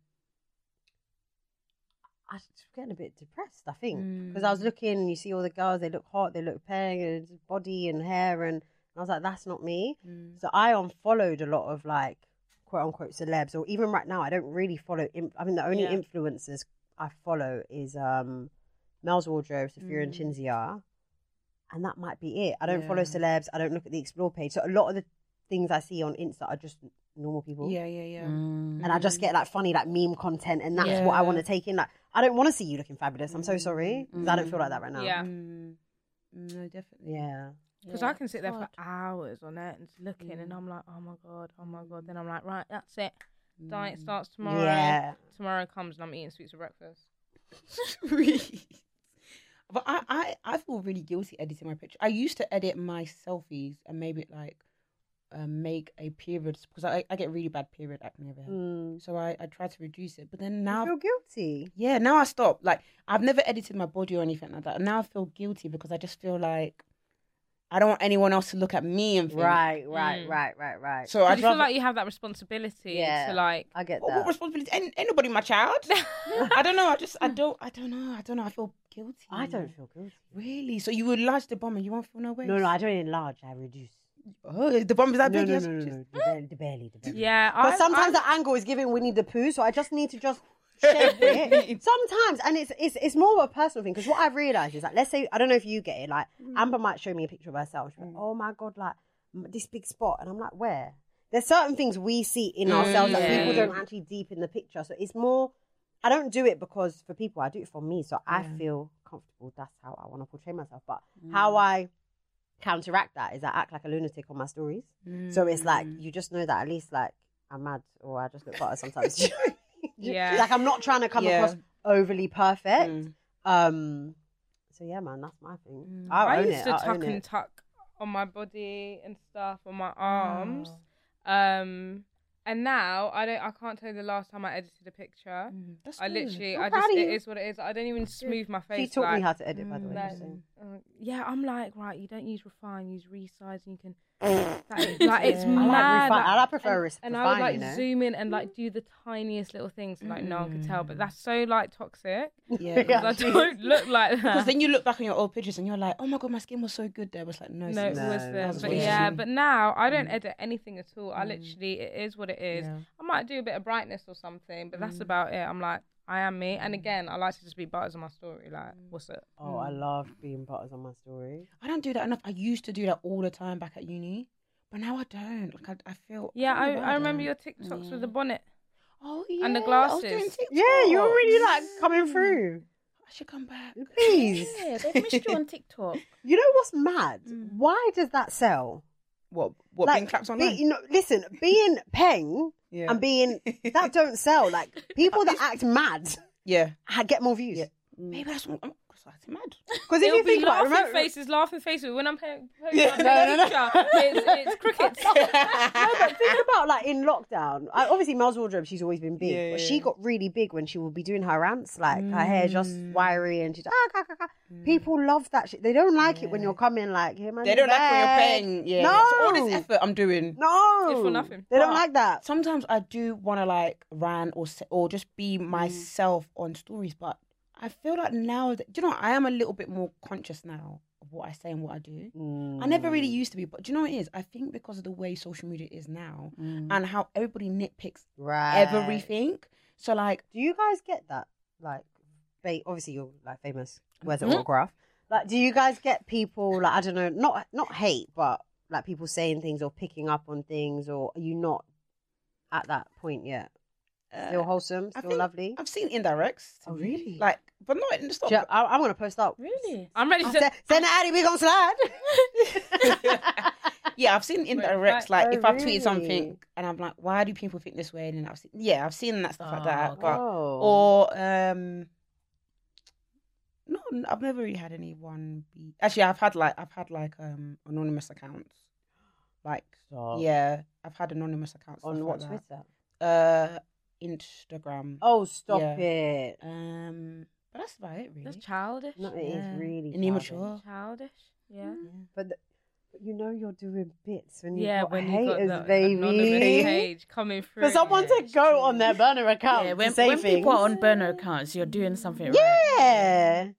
I was just getting a bit depressed. I think because I was looking, and you see all the girls, they look hot, they look pale, and it's body and hair, and I was like, that's not me. Mm. So I unfollowed a lot of like quote unquote celebs, or even right now, I don't really follow. Im- I mean, the only Yeah. Mm. influencers I follow is um Mel's Wardrobe, Sophia and Chinzia. and that might be it. I don't follow Yeah. celebs. I don't look at the explore page. So a lot of the things I see on Insta are just normal people. Mm. Yeah, yeah, Mm. yeah. And I just get like funny like meme content, and that's what I want Yeah. to take in. Like I don't want to see you looking fabulous. I'm so sorry 'cause I don't feel like that right now. Yeah. Mm, no, definitely. Yeah. Mm. Because I can sit there for hours on it and just looking, and I'm like, oh my god, oh my god. Then I'm like, right, that's it. Mm. Diet Mm. starts tomorrow. Yeah. Tomorrow comes and I'm eating sweets for breakfast. (laughs) but I, I, I feel really guilty editing my picture. I used to edit my selfies and maybe like uh, make a period because I, I get really bad period acne every Mm. So I, I try to reduce it. But then I now, feel guilty. yeah, now I stop. Like I've never edited my body or anything like that. And now I feel guilty because I just feel like I don't want anyone else to look at me and think. Right, right, Mm. right, right, right. So I I'd you feel rather. like you have that responsibility Yeah. to like. I get what, what that. responsibility? Any, anybody, my child? I don't know. I just, I don't, I don't know. I don't know. I feel guilty. I don't feel guilty. Really? So you enlarge the bum and you won't feel no way? No, no, I don't enlarge. I reduce. Oh, is the bum is that no, big? no, Yes, no, no, just- no, the barely, the barely, the barely. Yeah, But I, sometimes the angle is giving Winnie the Pooh, so I just need to just shape it. Sometimes, and it's it's it's more of a personal thing because what I've realised is like, let's say I don't know if you get it. Like Amber might show me a picture of herself. She's like, "Oh my god, like m- this big spot," and I'm like, "Where?" There's certain things we see in ourselves that people Mm, Yeah. don't actually deep in the picture. So it's more. I don't do it because for people. I do it for me, so I feel comfortable. That's how I want to portray myself. But how I counteract that is I act like a lunatic on my stories. So it's like Mm. you just know that at least like I'm mad or I just look butter (laughs) sometimes. (laughs) Yeah. Like I'm not trying to come Yeah. across overly perfect. Mm. Um so yeah, man, that's my thing. I, I own used it. to I tuck own and it. tuck on my body and stuff on my arms. Oh. Um, and now I don't. I can't tell you the last time I edited a picture. Mm. That's I good. literally, I'm I proud just, of it you. is what it is. I don't even smooth my face. She taught like, me how to edit, by the way. like, just saying. uh, yeah, I'm like, right, you don't use refine, use resize, and you (laughs) can. that is, like, it's I like mad. refine- I like prefer and, res- and I would refine, like you know? zoom in and like do the tiniest little things, so, like no one could Mm. tell. But that's so like toxic. Yeah. 'cause I don't (laughs) look (laughs) like that. Because then you look back on your old pictures and you're like, oh my god, my skin was so good there. But it's like, no, no, it it's No, not. was that Mm. there. was But wasted. yeah, but now I don't edit anything at all. I literally, it is what it is. I might do a bit of brightness or something, but Mm. that's about it. I'm like, I am me. And again, I like to just be butters on my story. Like, what's up? Oh, I love being butters on my story. I don't do that enough. I used to do that all the time back at uni, but now I don't. Like I, I feel. Yeah, don't I, know why I remember don't. your TikToks with the bonnet. Oh yeah. and the I was doing glasses. Yeah, you're TikToks. Hmm. really like coming through. I should come back. Please. Yeah, (laughs) they've missed you on TikTok. You know what's mad? Mm. Why does that sell? (laughs) What? What being clapped be- online? you know, listen, (laughs) being Peng Yeah. and being that don't sell. Like people that act mad yeah. ha- get more views. Yeah. Mm. Maybe that's what. I'm, that's mad. Because if It'll you be think about it, laughing remember, faces, laughing faces. When I'm playing, Yeah. no, no, no. It's, it's crickets. no, but think about like in lockdown. I, obviously, Mel's wardrobe, she's always been big, Yeah, but yeah. she got really big when she would be doing her rants. Like her hair just Mm. wiry, and she's ah, ka, ka, ka. people love that shit. They don't like it when you're coming like him. They don't like when you're paying. Yeah. no, So all this effort I'm doing. no, It's for nothing. They don't But like that. Sometimes I do want to like rant or se- or just be Mm. myself on stories, but I feel like now, that, do you know, I am a little bit more conscious now of what I say and what I do. I never Mm. really used to be, but do you know what it is? I think because of the way social media is now and how everybody nitpicks Mm. Right. everything. So like, Do you guys get that? Like, ba- obviously you're like famous. Where's the Mm-hmm. autograph? Like, do you guys get people like I don't know, not not hate, but like people saying things or picking up on things, or are you not at that point yet? Still wholesome, I still think lovely. uh, I've seen indirects. Oh, really? Like, but not in the Do you- I, am gonna post up. Really? I'm (laughs) ready to. Se- Send it, Addy, we gonna slide. Yeah, I've seen indirects. Like, Oh, if I've really? tweeted something and I'm like, why do people think this way? And then I've seen, yeah, I've seen that stuff like that. But Oh, Oh. or um no n- i've never really had anyone be actually i've had like i've had like um anonymous accounts like Stop. yeah i've had anonymous accounts on stuff what like that. Twitter? uh instagram Oh, stop Yeah. it. um but that's about it really That's childish. No, it is Yeah. really And immature. childish. Childish. Yeah. But, the, but you know you're doing bits when you Yeah, got when you got haters, the anonymous baby. page coming through. For someone to go on their burner account yeah, when, to say when things. people are on burner accounts, you're doing something yeah. right.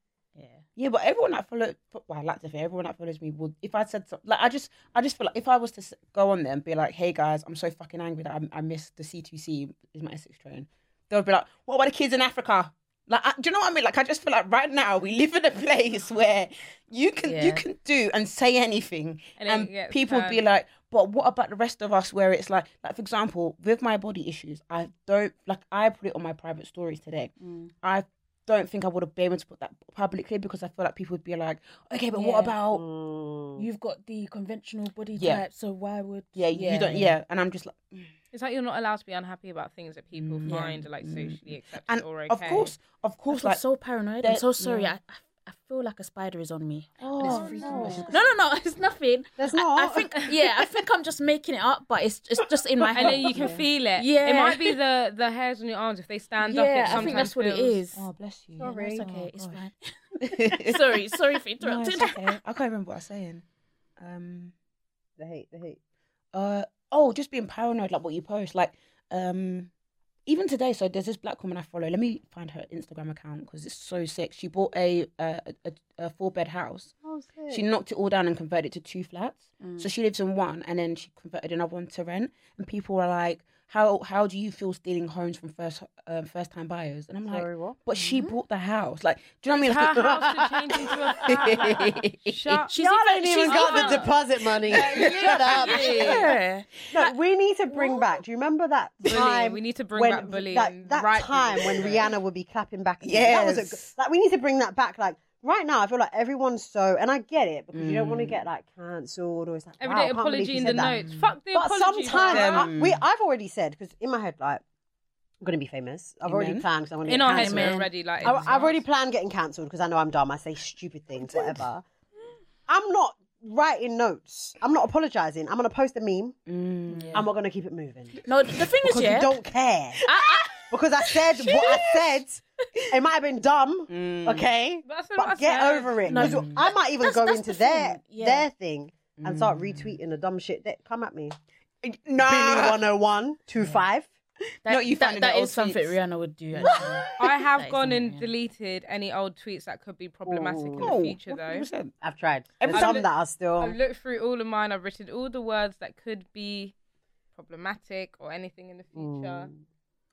yeah but everyone that follow well i like to think everyone that follows me would if i said something like i just i just feel like if i was to s- go on there and be like hey guys i'm so fucking angry that i, I missed the c2c is my essex train they would be like what about the kids in africa Like, I, do you know what I mean? Like, I just feel like right now we (laughs) live in a place where you can you Yeah. can do and say anything, And and, it gets people be done. like, "But what about the rest of us?" Where it's like, like for example, with my body issues, I don't like. I put it on my private stories today. Mm. I don't think I would have been able to put that publicly because I feel like people would be like, "Okay, but Yeah. what about You've got the conventional body Yeah. type, so why would yeah, you don't yeah?" And I'm just like, It's like you're not allowed to be unhappy about things that people Mm. find are like socially acceptable and or okay. of course, of course, I feel like so paranoid. I'm that- so sorry. yeah. I I I feel like a spider is on me. oh, freaking no. much. No, no, (laughs) no. It's nothing. There's I- not. I, (laughs) think (laughs) yeah. I think I'm just making it up, but it's it's just in my head. and then you can feel it. It Yeah. might be the the hairs on your arms if they stand up. It yeah, I sometimes think that's what it feels- is. Oh, bless you. Yeah, no, it's okay. it's Oh, gosh. fine. (laughs) sorry, sorry for No, it's interrupting. okay. (laughs) I can't remember what I was saying. Um, the hate, the hate. uh, oh, just being paranoid, like what you post, like, um, even today. So there's this black woman I follow. Let me find her Instagram account because it's so sick. She bought a a, a, a four bed house. Oh, sick. She knocked it all down and converted it to two flats. Mm. So she lives in one, and then she converted another one to rent. And people are like, "How how do you feel stealing homes from first um, first time buyers?" And I'm like, Sorry, what? Mm-hmm. "But she bought the house. Like, do you know what I (laughs) Her mean?" (laughs) house to change into a flat. Shut She's Y'all even- ain't even she's got the even- deposit money. Shut up. Yeah. No, we need to bring back. Do you remember that Bullying. time? We need to bring when, back bullying and That, that right time people (laughs) when to it. Rihanna would be clapping back. at people. That was a Yes. good, like we need to bring that back. Like right now, I feel like everyone's so, and I get it because you don't want to Mm. get like cancelled or it's like Every wow, day can't believe apology you in the said that. notes. Fuck the But apology. sometimes bro. I, we, I've already said because in my head, like I'm gonna be famous. I've already Amen. planned because I want to in get our heads cancelled. we're Amen. already like. I, I've already planned getting cancelled because I know I'm dumb. I say stupid things, whatever. I'm not writing notes. I'm not apologising. I'm going to post a meme Mm. and we're going to keep it moving. No, the thing is, Because yeah. you don't care. I, I, Because I said what I said. It might have been dumb, Mm. okay? But that's what I But get said. over it. No. 'Cause I might even That's- go that's into the their thing, yeah. their thing and Mm. start retweeting the dumb shit that come at me. No, Billy 101, 25. that, No, you that, finding that the old is something tweets. Rihanna would do. actually. I have That is gone and annoying. deleted any old tweets that could be problematic in the Oh, future, though. 100%. I've tried. Every There's time- some that are still. I've looked through all of mine. I've written all the words that could be problematic or anything in the future. Hmm.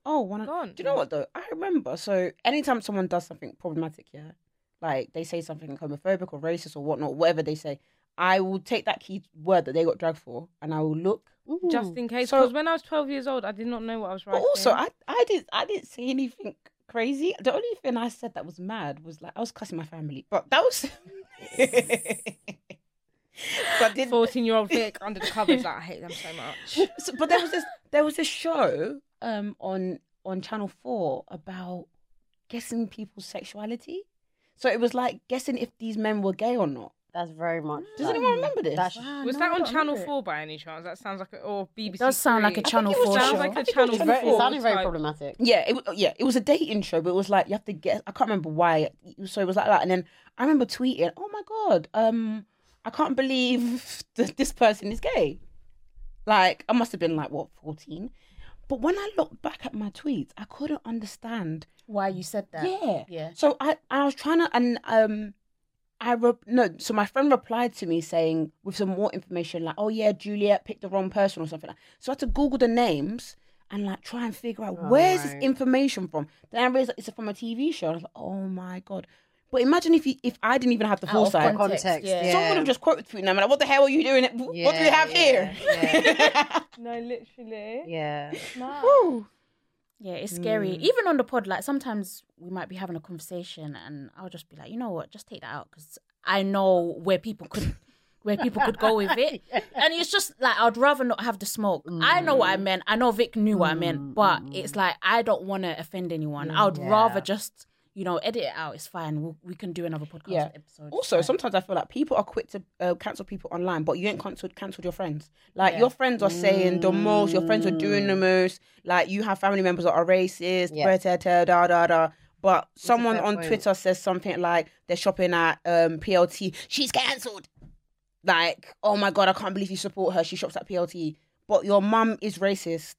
Oh, one. Gone. Do you know what though? I remember. So anytime someone does something problematic, yeah, like they say something homophobic or racist or whatnot, whatever they say, I will take that key word that they got dragged for, and I will look. Ooh. Just in case, So- because when I was 12 years old, I did not know what I was But writing. also, I I didn't I didn't say anything crazy. The only thing I said that was mad was like I was cussing my family, but that was. (laughs) so I did 14 year old Vic under the covers, like, I hate them so much. so, but there was this there was this show um on on channel 4 about guessing people's sexuality so it was like guessing if these men were gay or not That's very much. does like- anyone remember this That's Wow, Was no, I that on don't Channel remember it. 4 by any chance? That sounds like a, or BBC. does sound like a Three. Channel it was 4 Channel- Sounds show. I like a think it Channel was It's Channel very, 4. it sounded very type. problematic. yeah it wa- yeah it was a dating show but it was like you have to guess i can't remember why it- so it was like that and then i remember tweeting oh my god um i can't believe (laughs) that this person is gay like i must have been like what 14 but when i looked back at my tweets i couldn't understand Why you said that? Yeah. Yeah. So I, I was trying to, and um, I re- no. So my friend replied to me saying with some more information, like, "Oh yeah, Juliet picked the wrong person or something." Like. So I had to Google the names and like try and figure out Oh, where's this information from. Then I realized it's from a TV show. I was like, "Oh my god!" But imagine if you, if I didn't even have the Out of foresight. Context, yeah. Someone would have just quoted tweeted them, and like, what the hell are you doing? it- What do you Yeah, have yeah, here? No, literally. Yeah. Woo. Yeah, it's scary. Even on the pod, like sometimes we might be having a conversation, and I'll just be like, you know what, just take that out because I know where people (laughs) could, where people could go with it, and it's just like I'd rather not have the smoke. I know what I meant. I know Vic knew what I meant, but it's like I don't want to offend anyone. I'd rather just. You know, edit it out. It's fine. We'll, we can do another podcast Yeah. episode. It's Also, fine. sometimes I feel like people are quick to uh, cancel people online, but you ain't cancelled cancelled your friends. Like your friends are saying the most, your friends are doing the most. Like you have family members that are racist, Mm. Yeah. da, da, da, da, da. But someone fair on point. Twitter says something like they're shopping at um, PLT. She's cancelled. Like, oh my god, I can't believe you support her. She shops at PLT, but your mum is racist.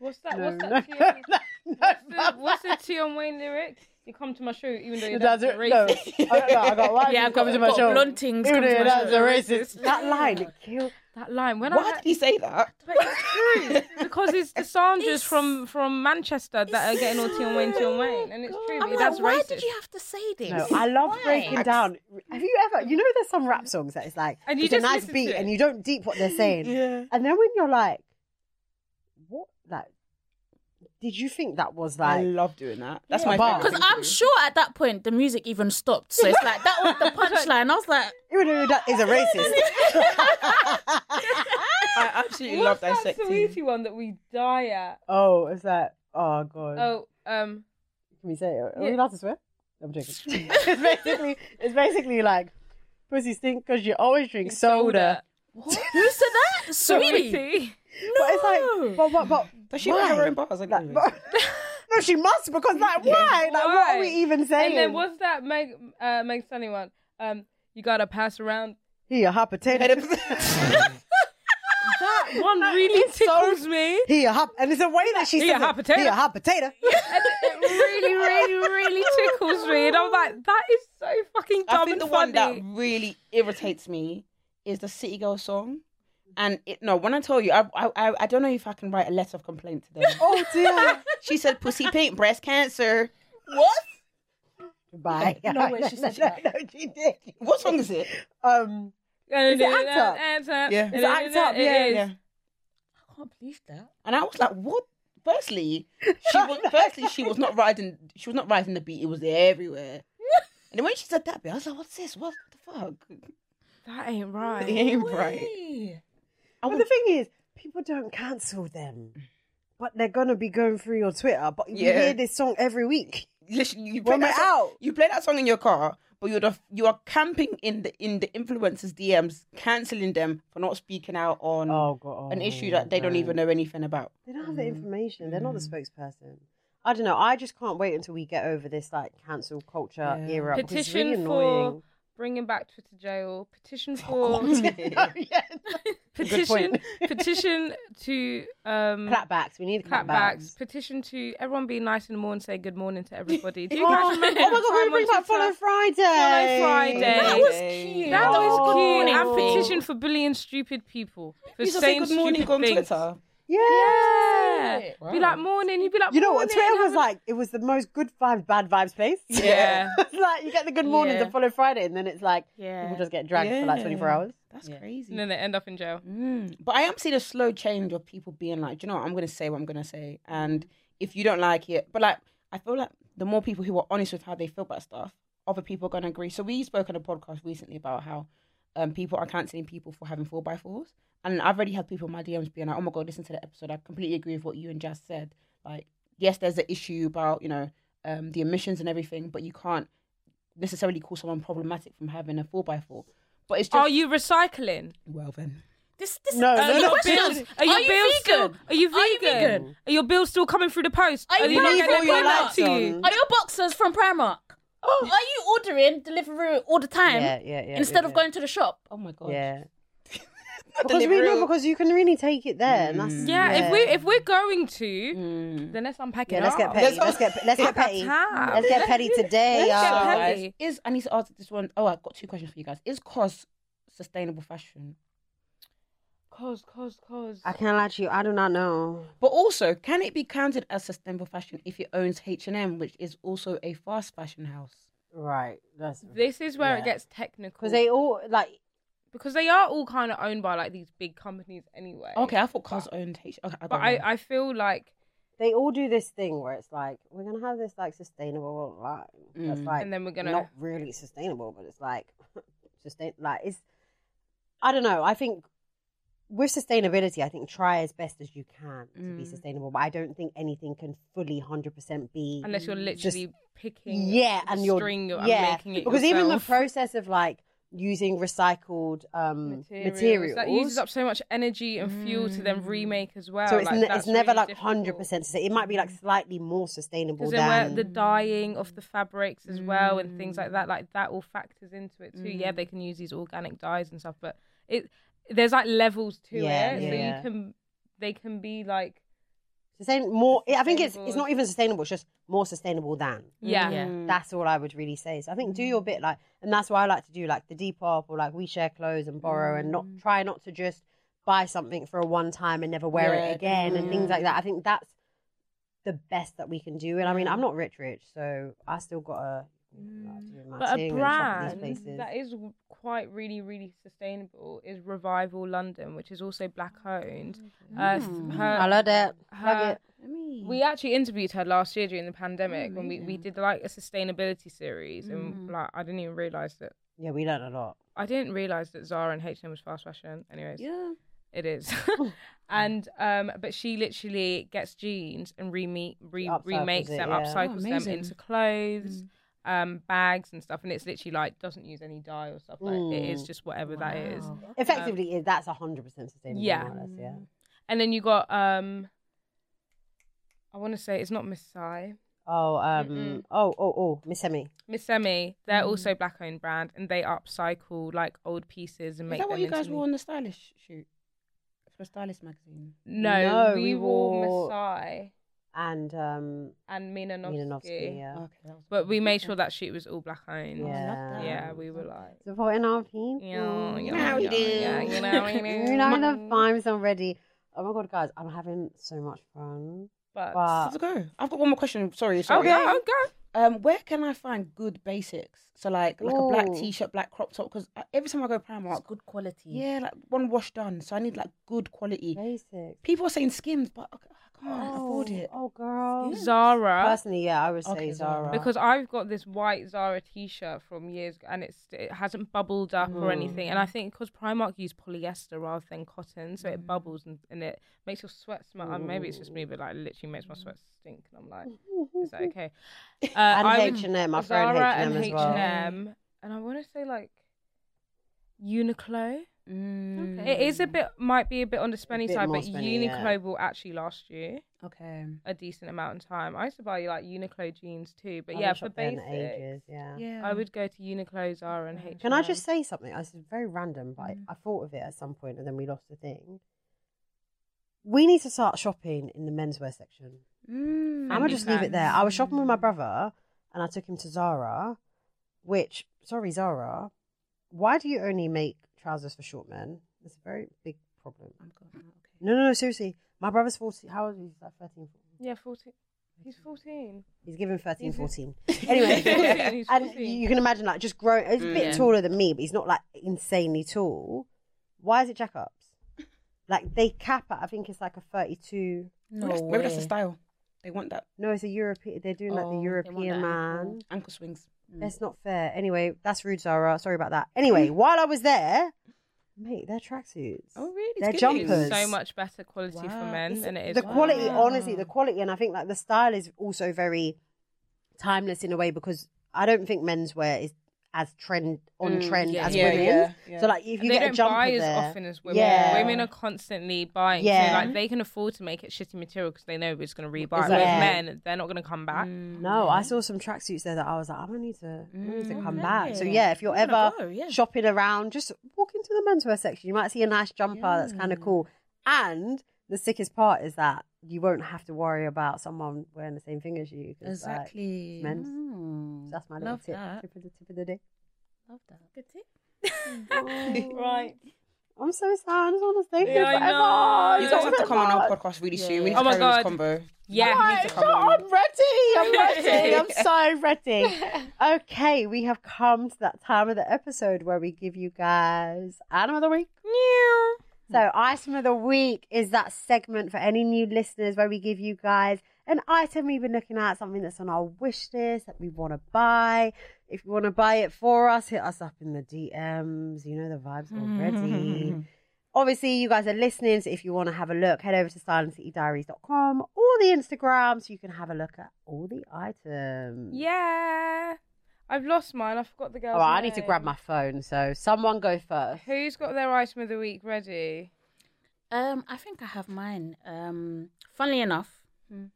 What's that? No, What's no, that? Tion- (laughs) no, no, What's the Tion Wayne lyric? You come to my show, even though you're That's that's it. No, I don't know. I got one. Yeah, I've got, coming to my got show. blonde things. Even come to though my that's show. a racist. That line, it killed. (laughs) That line. When I Why had- did he say that? But it's true because it's the Sandras from from Manchester that are getting all Tion Wayne, Tion Wayne, and it's true. I'm but like, that's why racist. did you have to say this? No, I love Why? breaking down. Have you ever? You know, there's some rap songs that it's like And you it's a just nice listen to beat, it. and you don't deep what they're saying. yeah. And then when you're like, what? Like, did you think that was I like? love doing that. That's Yeah, my but- favorite (laughs) Because thing to I'm do. sure at that point the music even stopped. So it's like that was (laughs) the punchline. I was like, Even though that is a (laughs) racist. I absolutely love What's that dissecting. Saweetie one that we die at? oh, it's like oh god. Oh, um, Can we say it? Are we Yeah. allowed to swear? (laughs) I'm joking. it's basically it's basically like pussy stink because you always drink soda. who said that? Sweetie. Saweetie. But it's like but but but Does she write why? her own bars? Like, Like, but- no, she must because like why? Like what are we Why? even saying? And then what's that Meg uh, Meg Sunny one? Um, you gotta pass around. He a hot potato. (laughs) That one really it's so- tickles (laughs) me. he a hot and it's a way that she He says a hot it. potato. He a hot potato. And it really, really, really tickles me, and I'm like, that is so fucking dumb I think and the funny. one that really irritates me is the City Girl song. And it, no, when I tell you, I, I I- I don't know if I can write a letter of complaint (laughs) to them. Oh (laughs) dear. she said, "Pussy paint, breast cancer." What? Bye. No way she said (laughs) no, that. No, she did. What song is it? Um, Is it Act Up? Yeah. It's Is it Act Up? Yeah, yeah. I can't believe that. And I was like, "What?" (laughs) Firstly, she was, firstly she was not riding. She was not riding the beat. It was (laughs) everywhere. And then when she said that bit, I was like, "What's this? What the fuck?" That ain't It right. ain't right. but Oh. the thing is, people don't cancel them, but they're gonna be going through your Twitter. But you Yeah. hear this song every week. Literally, you play When that we're song- out. You play that song in your car, but you're the, you are camping in the in the influencers' DMs, canceling them for not speaking out on Oh god, an issue that they don't Oh, e- even know anything about. They don't have the information. They're not Mm. the spokesperson. I don't know. I just can't wait until we get over this like cancel culture era. because it's really Petition for annoying. bringing back Twitter jail. Petition for (laughs) yeah. petition point. petition to um Clapbacks. We need clapbacks. clapbacks. Petition to everyone be nice in the morning. and say good morning to everybody. Do you Oh, guys oh my remember? god, the we're time gonna bring on back Follow Twitter? Friday. Friday. That was cute. That Oh. was cute. Good And morning. petition for bullying stupid people for Please say saying good morning stupid on things. Twitter. Yeah. Yeah. Be like morning. You'd be like You know what? morning, Twitter have was a- like it was the most good vibes, bad vibes place. (laughs) Yeah. (laughs) it's like you get the good morning Yeah. to follow Friday, and then it's like Yeah. people just get dragged for like Yeah. 24 hours. That's Yeah. crazy. And then they end up in jail. Mm. But I am seeing a slow change of people being like, Do you know what? I'm going to say what I'm going to say. And if you don't like it, but like, I feel like the more people who are honest with how they feel about stuff, other people are going to agree. So we spoke on a podcast recently about how um, people are cancelling people for having four by fours. And I've already had people in my DMs being like, Oh my God, listen to the episode. I completely agree with what you and Jazz said. Like, yes, there's an issue about, you know, um, the emissions and everything, but you can't necessarily call someone problematic from having a four by four. But it's just, Are you recycling? well then. This, this, No, no, no, no, no, questions. Are your bills still? Are you Are you vegan? vegan? Are your bills still coming through the post? Are you not vegan? getting Leave all them your back lights to on. you? Are your boxers from Primark? Are Oh. you ordering delivery all the time Yeah, yeah, yeah. instead yeah, of going to the shop? Oh my God. yeah. (laughs) Because we Deliveroo. know because you can really take it there, and that's Mm. Yeah, if we if we're going to, then let's unpack yeah, it. let's get up. petty. (laughs) Let's get let's get petty. time. Let's get petty today, Let's get So, y'all. petty. guys, is I need to ask this one. Oh, I've got two questions for you guys. Is cos sustainable fashion? Cause, cause, cause. I can't lie to you. I do not know. But also, can it be counted as sustainable fashion if it owns H and M, which is also a fast fashion house? Right, that's This is where Yeah. it gets technical. because they all like. because they are all kind of owned by like these big companies anyway. Okay, I thought cos owned H. Okay, I got But I, I feel like They all do this thing where it's like we're gonna have this like sustainable line that's Mm. like And then we're gonna- not really sustainable, but it's like (laughs) sustain like it's. I don't know. I think with sustainability, I think try as best as you can to be Mm. sustainable, but I don't think anything can fully hundred percent be unless you're Mm, just- literally picking yeah, the and you're string and yeah making it because even the yourself. process of like using recycled um materials, Mm. that uses up so much energy and fuel to then remake as well. so it's like, ne- that's it's never really like difficult. hundred percent. It might be like slightly more sustainable Because then than where the dyeing of the fabrics as well and things Mm. like that, like that all factors into it too. Yeah, they can use these organic dyes and stuff, but it there's like levels to Yeah, it, yeah, so yeah. you can they can be like Sustain more. I think it's it's not even sustainable. It's just more sustainable than. Yeah. Yeah. That's all I would really say. So I think do Mm. your bit, like, and that's why I like to do like the Depop or like we share clothes and borrow and not Mm. try not to just buy something for a one time and never wear Yeah, it again and things like that. I think that's the best that we can do. And I mean, I'm not rich, rich, so I still got to Mm. But a brand these places. that is w- quite really, really sustainable is Revival London, which is also black owned. Uh, th- Mm. I her, love that. her- Let me. we actually interviewed her last year during the pandemic when we, we did like a sustainability series, Mm. and like I didn't even realize that Yeah, we learn a lot. I didn't realize that Zara and H&M was fast fashion. Anyways, yeah. it (laughs) is. Oh. (laughs) and um, but she literally gets jeans and remake, re- Upcycles remakes it, them, yeah. Mm. Oh, upcycles them amazing. into clothes, um, bags and stuff. And it's literally like doesn't use any dye or stuff. Like it Mm. is just whatever that is. Effectively, it that's 100% sustainable. yeah. Yeah. yeah. And then you got um, I want to say it's not Miss Sai, Oh, um, oh, oh, oh, Miss Emmy. Miss Semi. Mm. They're also black owned brand and they upcycle like old pieces and Is make that them what you into guys new- wore on the stylish shoot for stylist magazine? No, No, we, we wore wore- Miss Sai and um, and Mina Milanovsky. Novsky. Oh, Yeah. Okay, that was But we made sure that shit was all black owned. I Yeah. love that. Yeah, we were like, Supporting our people. yeah, You yeah, know we yeah, do. yeah, you know we (laughs) do. You know the Mm. vibes already. Oh my god, guys, I'm having so much fun. But Oh, But Let's go. I've got one more question. Sorry. sorry. okay, okay. Um, where can I find good basics? So like like a black Ooh. t-shirt, black crop top. Because every time I go Primark, It's good quality. yeah, like one wash done. So I need like good quality. basic. People are saying skims, but ah, I c- I can't afford it. Oh girl. Zara, Personally, yeah, I would say Okay, Zara. (laughs) Zara. because I've got this white Zara T-shirt from years, ago, and it's it hasn't bubbled up Hmm. or anything. And I think because Primark use polyester rather than cotton, so Hmm. it bubbles and, and it makes your sweat smell. and Maybe it's just me, but like literally makes my sweat stink. And I'm like, is (laughs) that okay? Uh, and I would- H and M, I've thrown H Zara and and M as H well. and M, and I want to say like Uniqlo. Mm, It is a bit, might be a bit on the spendy bit side, more but spendy, yeah. Uniqlo will actually last you Okay. a decent amount of time. I used to buy like Uniqlo jeans too, but I yeah, haven't for shopped there in basic, ages, yeah. Yeah. I would go to Uniqlo, Zara, and H. Can I just say something? This is very random, but I- I thought of it at some point, and then we lost the thing. We need to start shopping in the menswear section. Mm, I'm gonna just leave it there. I was shopping with my brother, and I took him to Zara. Which, sorry, Zara, why do you only make trousers for short men? It's a very big problem. I'm going, okay. No, no, no, seriously. My brother's 40. How old is he? He's Like 13. Yeah, fourteen. He's fourteen. He's given 13, He's- 14. He's 14, Anyway, he's and 14. you can imagine, like, just growing. He's a bit taller than me, but he's not like insanely tall. Why is it jack ups? Like, they cap at, I think it's like a 32. Maybe No that's- maybe that's the way. style. They want that No, it's a European. They're doing like Oh, the they want European that man. ankle. ankle swings. That's not fair. Anyway, that's rude, Zara. Sorry about that. Anyway, while I was there, mate, their tracksuits. Oh, really? It's Their good news. jumpers. It's so much better quality for Wow. men than it is. The for quality, women. honestly, the quality, and I think like the style is also very timeless in a way because I don't think menswear is as trend on trend as Yeah, women's. yeah, yeah. So like, if you they get don't a jumper buy there- as often as women. Yeah. Women are constantly buying, so Yeah. like they can afford to make it shitty material because they know it's going to rebuy. Exactly. Whereas Yeah. Mm. men, they're not going to come back. Mm. No, I saw some tracksuits there that I was like, I'm gonna need to, I'm gonna Mm, need to Mm, come back. So okay. yeah, if you're I'm gonna ever go, Oh yeah. shopping around, just walk into the menswear section. You might see a nice jumper that's kind of cool. And the sickest part is that you won't have to worry about someone wearing the same thing as you. 'cause, like, Exactly. men's. Mm. so that's my little Love tip. that. Tip of the tip of the day. Love that. Good tip. (laughs) Right. I'm so sad. I just want to stay here Yeah, I forever. Oh, know. You guys have to come on our podcast really soon. We need Oh to my carry on God. this combo. Yeah. to come on. I'm ready. I'm (laughs) ready. I'm so ready. Okay, we have come to that time of the episode where we give you guys Adam of the Week. So, item of the week is that segment for any new listeners where we give you guys an item we've been looking at, something that's on our wish list that we want to buy. If you want to buy it for us, hit us up in the DMs. You know the vibes (laughs) already. Obviously, you guys are listening, so if you want to have a look, head over to silencediaries.com or the Instagram so you can have a look at all the items. Yeah. I've lost mine. I forgot the girl's All right, I need to name. grab my phone, so someone go first. Who's got their item of the week ready? Um, I think I have mine. Um, funnily enough, Mm.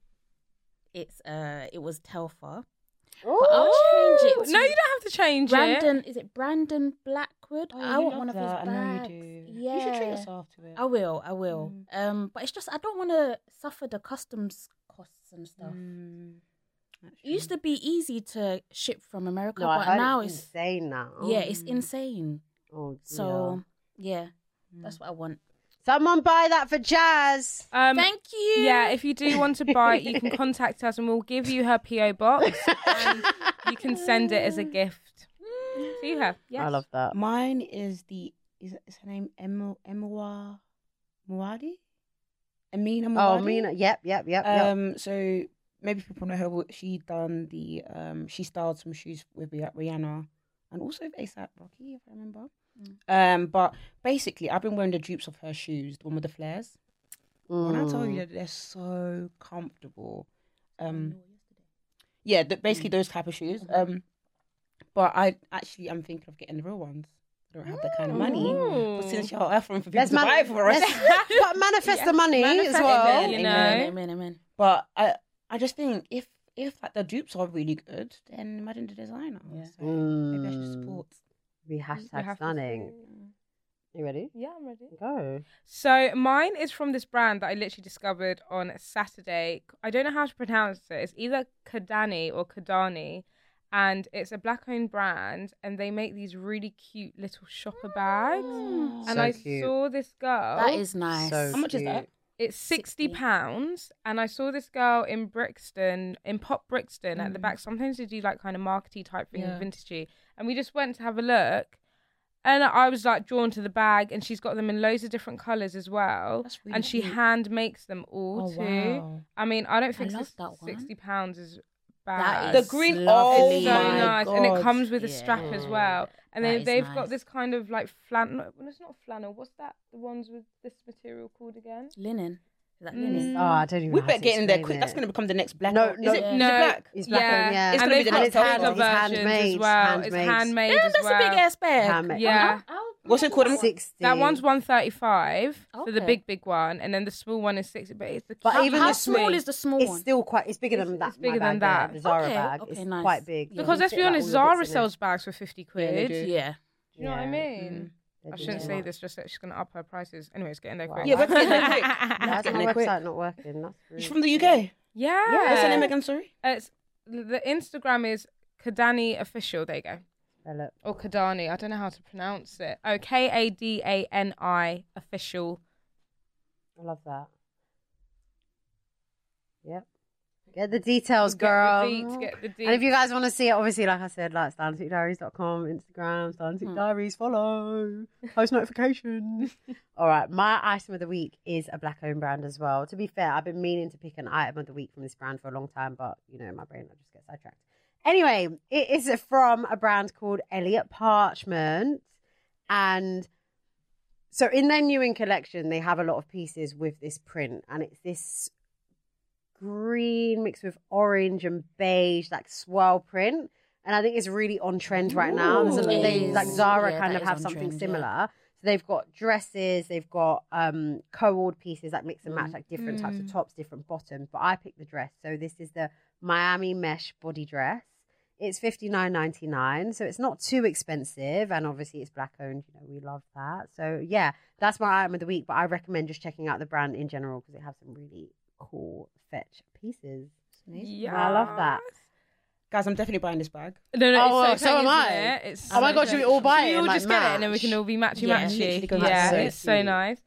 it's uh, it was Telfer. But I'll change it. To No, you don't have to change it. Brandon, is it Brandon Blackwood? I want one of his bags. Oh, You Yeah. should treat yourself to it. I will, I will. Um, but it's just I don't want to suffer the customs costs and stuff. Mm, that's It used true. to be easy to ship from America, No, I but heard now it's it's insane now. yeah, it's Mm. insane. Oh, So yeah, Mm. that's what I want. someone buy that for Jazz. Um, Thank you. Yeah, if you do want to buy it, you (laughs) can contact us and we'll give you her PO box. Um, and you can send it as a gift Mm. to her. Yes. I love that. Mine is the is, is her name Emma Emma Muadi? Amina Oh, Muadi. Mina. Yep, yep, yep, yep. Um, so maybe people know her. but She done the um, she styled some shoes with Rih- Rihanna and also with ASAP Rocky, if I remember. Mm. Um, but basically, I've been wearing the dupes of her shoes, the one with the flares. Mm. When I tell you Oh. that they're so comfortable, um, yeah, the, basically Mm. those type of shoes. Mm-hmm. Um, but I actually am thinking of getting the real ones. I don't have that kind of money. But since y'all are offering for people Oh. Let's, to buy man- it (laughs) for us, let's but manifest the money as Manifest well. it, Amen, you amen, know. amen, amen. But I, I just think if if like the dupes are really good, then imagine the designer. Yeah. So maybe I should support. Be We Mm. hashtag have to stunning. see. You ready? Yeah, I'm ready. Go. So mine is from this brand that I literally discovered on Saturday. I don't know how to pronounce it. It's either Kadani or Kadani. And it's a black owned brand and they make these really cute little shopper bags. And So I cute. saw this girl. Mm. That is nice. So How much is that? cute. It's 60 60. pounds. And I saw this girl in Brixton, in Pop Brixton at the Mm. back. Sometimes they do like kind of markety type thing, Yeah. vintagey. And we just went to have a look. And I was like drawn to the bag, and she's got them in loads of different colors as well. That's really and she cute. hand makes them all Oh, Oh, too. I mean, I don't think love this that one. 60 pounds is bad. That The is green- lovely. so Oh my nice, and it God. comes with a strap as Yeah. well. And That they, is they've nice. got this kind of like flannel. Well, it's not flannel. What's that? The ones with this material called again? Linen. Is that Mm. linen? Oh, I don't even. We know better how to get in there explain quick. it. That's going to become the next black. No, one. no, is it, is it No, black? It's yeah. black on- yeah. It's and gonna they've be the got next tailor album. versions It's as handmade, well. It's handmade. handmade Damn, as Mm, that's well. a big ass bag. Uh-huh. Handmade. Yeah. I'll- I'll- What's it called? I'll- Sixty. That one's one thirty-five for the Okay. big, big one, and then the small one is sixty. But it's the But How, cute- even how the small is the small It's one? still quite. It's bigger It's- than that. it's bigger my than bag that. there, The Zara Okay, bag. okay, it's nice. quite big. Yeah. because You let's fit, be like, honest, all the Zara bits in it. sells bags for fifty quid. do. yeah. you know what I Yeah, mm, mean? they I do shouldn't that. say this just that she's gonna up her prices. Anyways, get in there Wow. quick. Yeah, (laughs) we're getting there quick. Why We're is getting my there quick. website not working? That's She's rude. from the UK. yeah. What's her name again? Sorry. It's the Instagram is Kadani official. There you go, Spell it. or Kadani. I don't know how to pronounce it. Oh, K A D A N I official. I love that. Yep. Get the details, Get the girl. deets, get the And if you deets. guys want to see it, obviously, like I said, like StanTookDiaries.com, Instagram, StanTookDiaries, Diaries, follow, post notifications. All right, my item of the week is a black owned brand as well. To be fair, I've been meaning to pick an item of the week from this brand for a long time, but you know, my brain I just get sidetracked. Anyway, it is from a brand called Elliot Parchment. And so in their Newing collection, they have a lot of pieces with this print, and it's this green mixed with orange and beige, like swirl print. And I think it's really on trend right now. Ooh. So It they, like is. Zara Yeah, kind that of is have on something trend, yeah. similar. So they've got dresses, they've got um co-ord pieces like mix and Mm. match, like different types Mm. of tops, different bottoms. But I picked the dress. So this is the Miami mesh body dress. It's fifty nine ninety nine, so it's not too expensive, and obviously it's black owned. You know we love that. So yeah, that's my item of the week. But I recommend just checking out the brand in general because they have some really cool fetch pieces. I love that. Guys, I'm definitely buying this bag. No, no, Oh, it's well, so, so am cute, I. isn't it? It's Oh my so God, should we cute. all buy Should it We and, all like, just get it, and then we can match? all be matchy Yeah, matchy. literally go Yeah, match. So it's so cute. nice.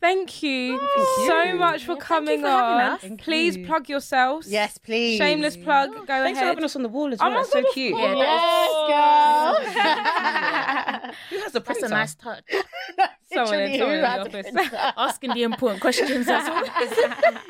Thank you Thank so you. much for Yeah, thank you coming for having on. us. Thank Please you. plug yourselves. Yes, please. Shameless plug. Go Thanks for ahead. having us on the wall as Oh well. my It's God, so of cute. course. (laughs) Yes, girl. Who has the That's printer? a nice touch. (laughs) Someone in- Literally, someone in who the (laughs) had to office. print that? Asking the important questions as (laughs) always.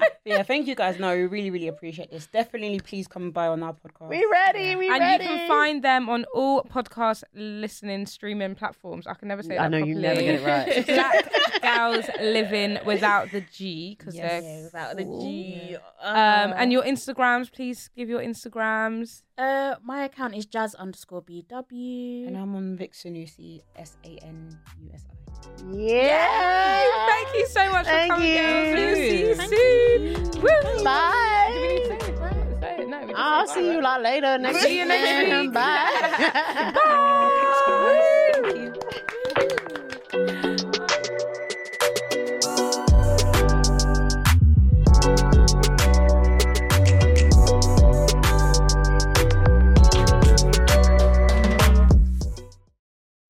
(laughs) Yeah, thank you guys. No, we really, really appreciate this. Definitely, please come by on our podcast. We ready? We and ready? you can find them on all podcast listening streaming platforms. I can never say I that know properly. you never get it right. (laughs) (laughs) Black gals living without the G because they're Without the cool. G. Um, Uh, and your Instagrams, please give your Instagrams. uh, my account is jazz underscore bw. And I'm on Vixen U C S A N U S I. yeah. Thank you so much Thank for coming, you. girls. We'll see you Thank soon. Woo. Bye. Do we need to say it? No, say it. No, we just I'll say see you bye. lot later next See you next week. week. (laughs) Bye. Bye. Thank you. Woo.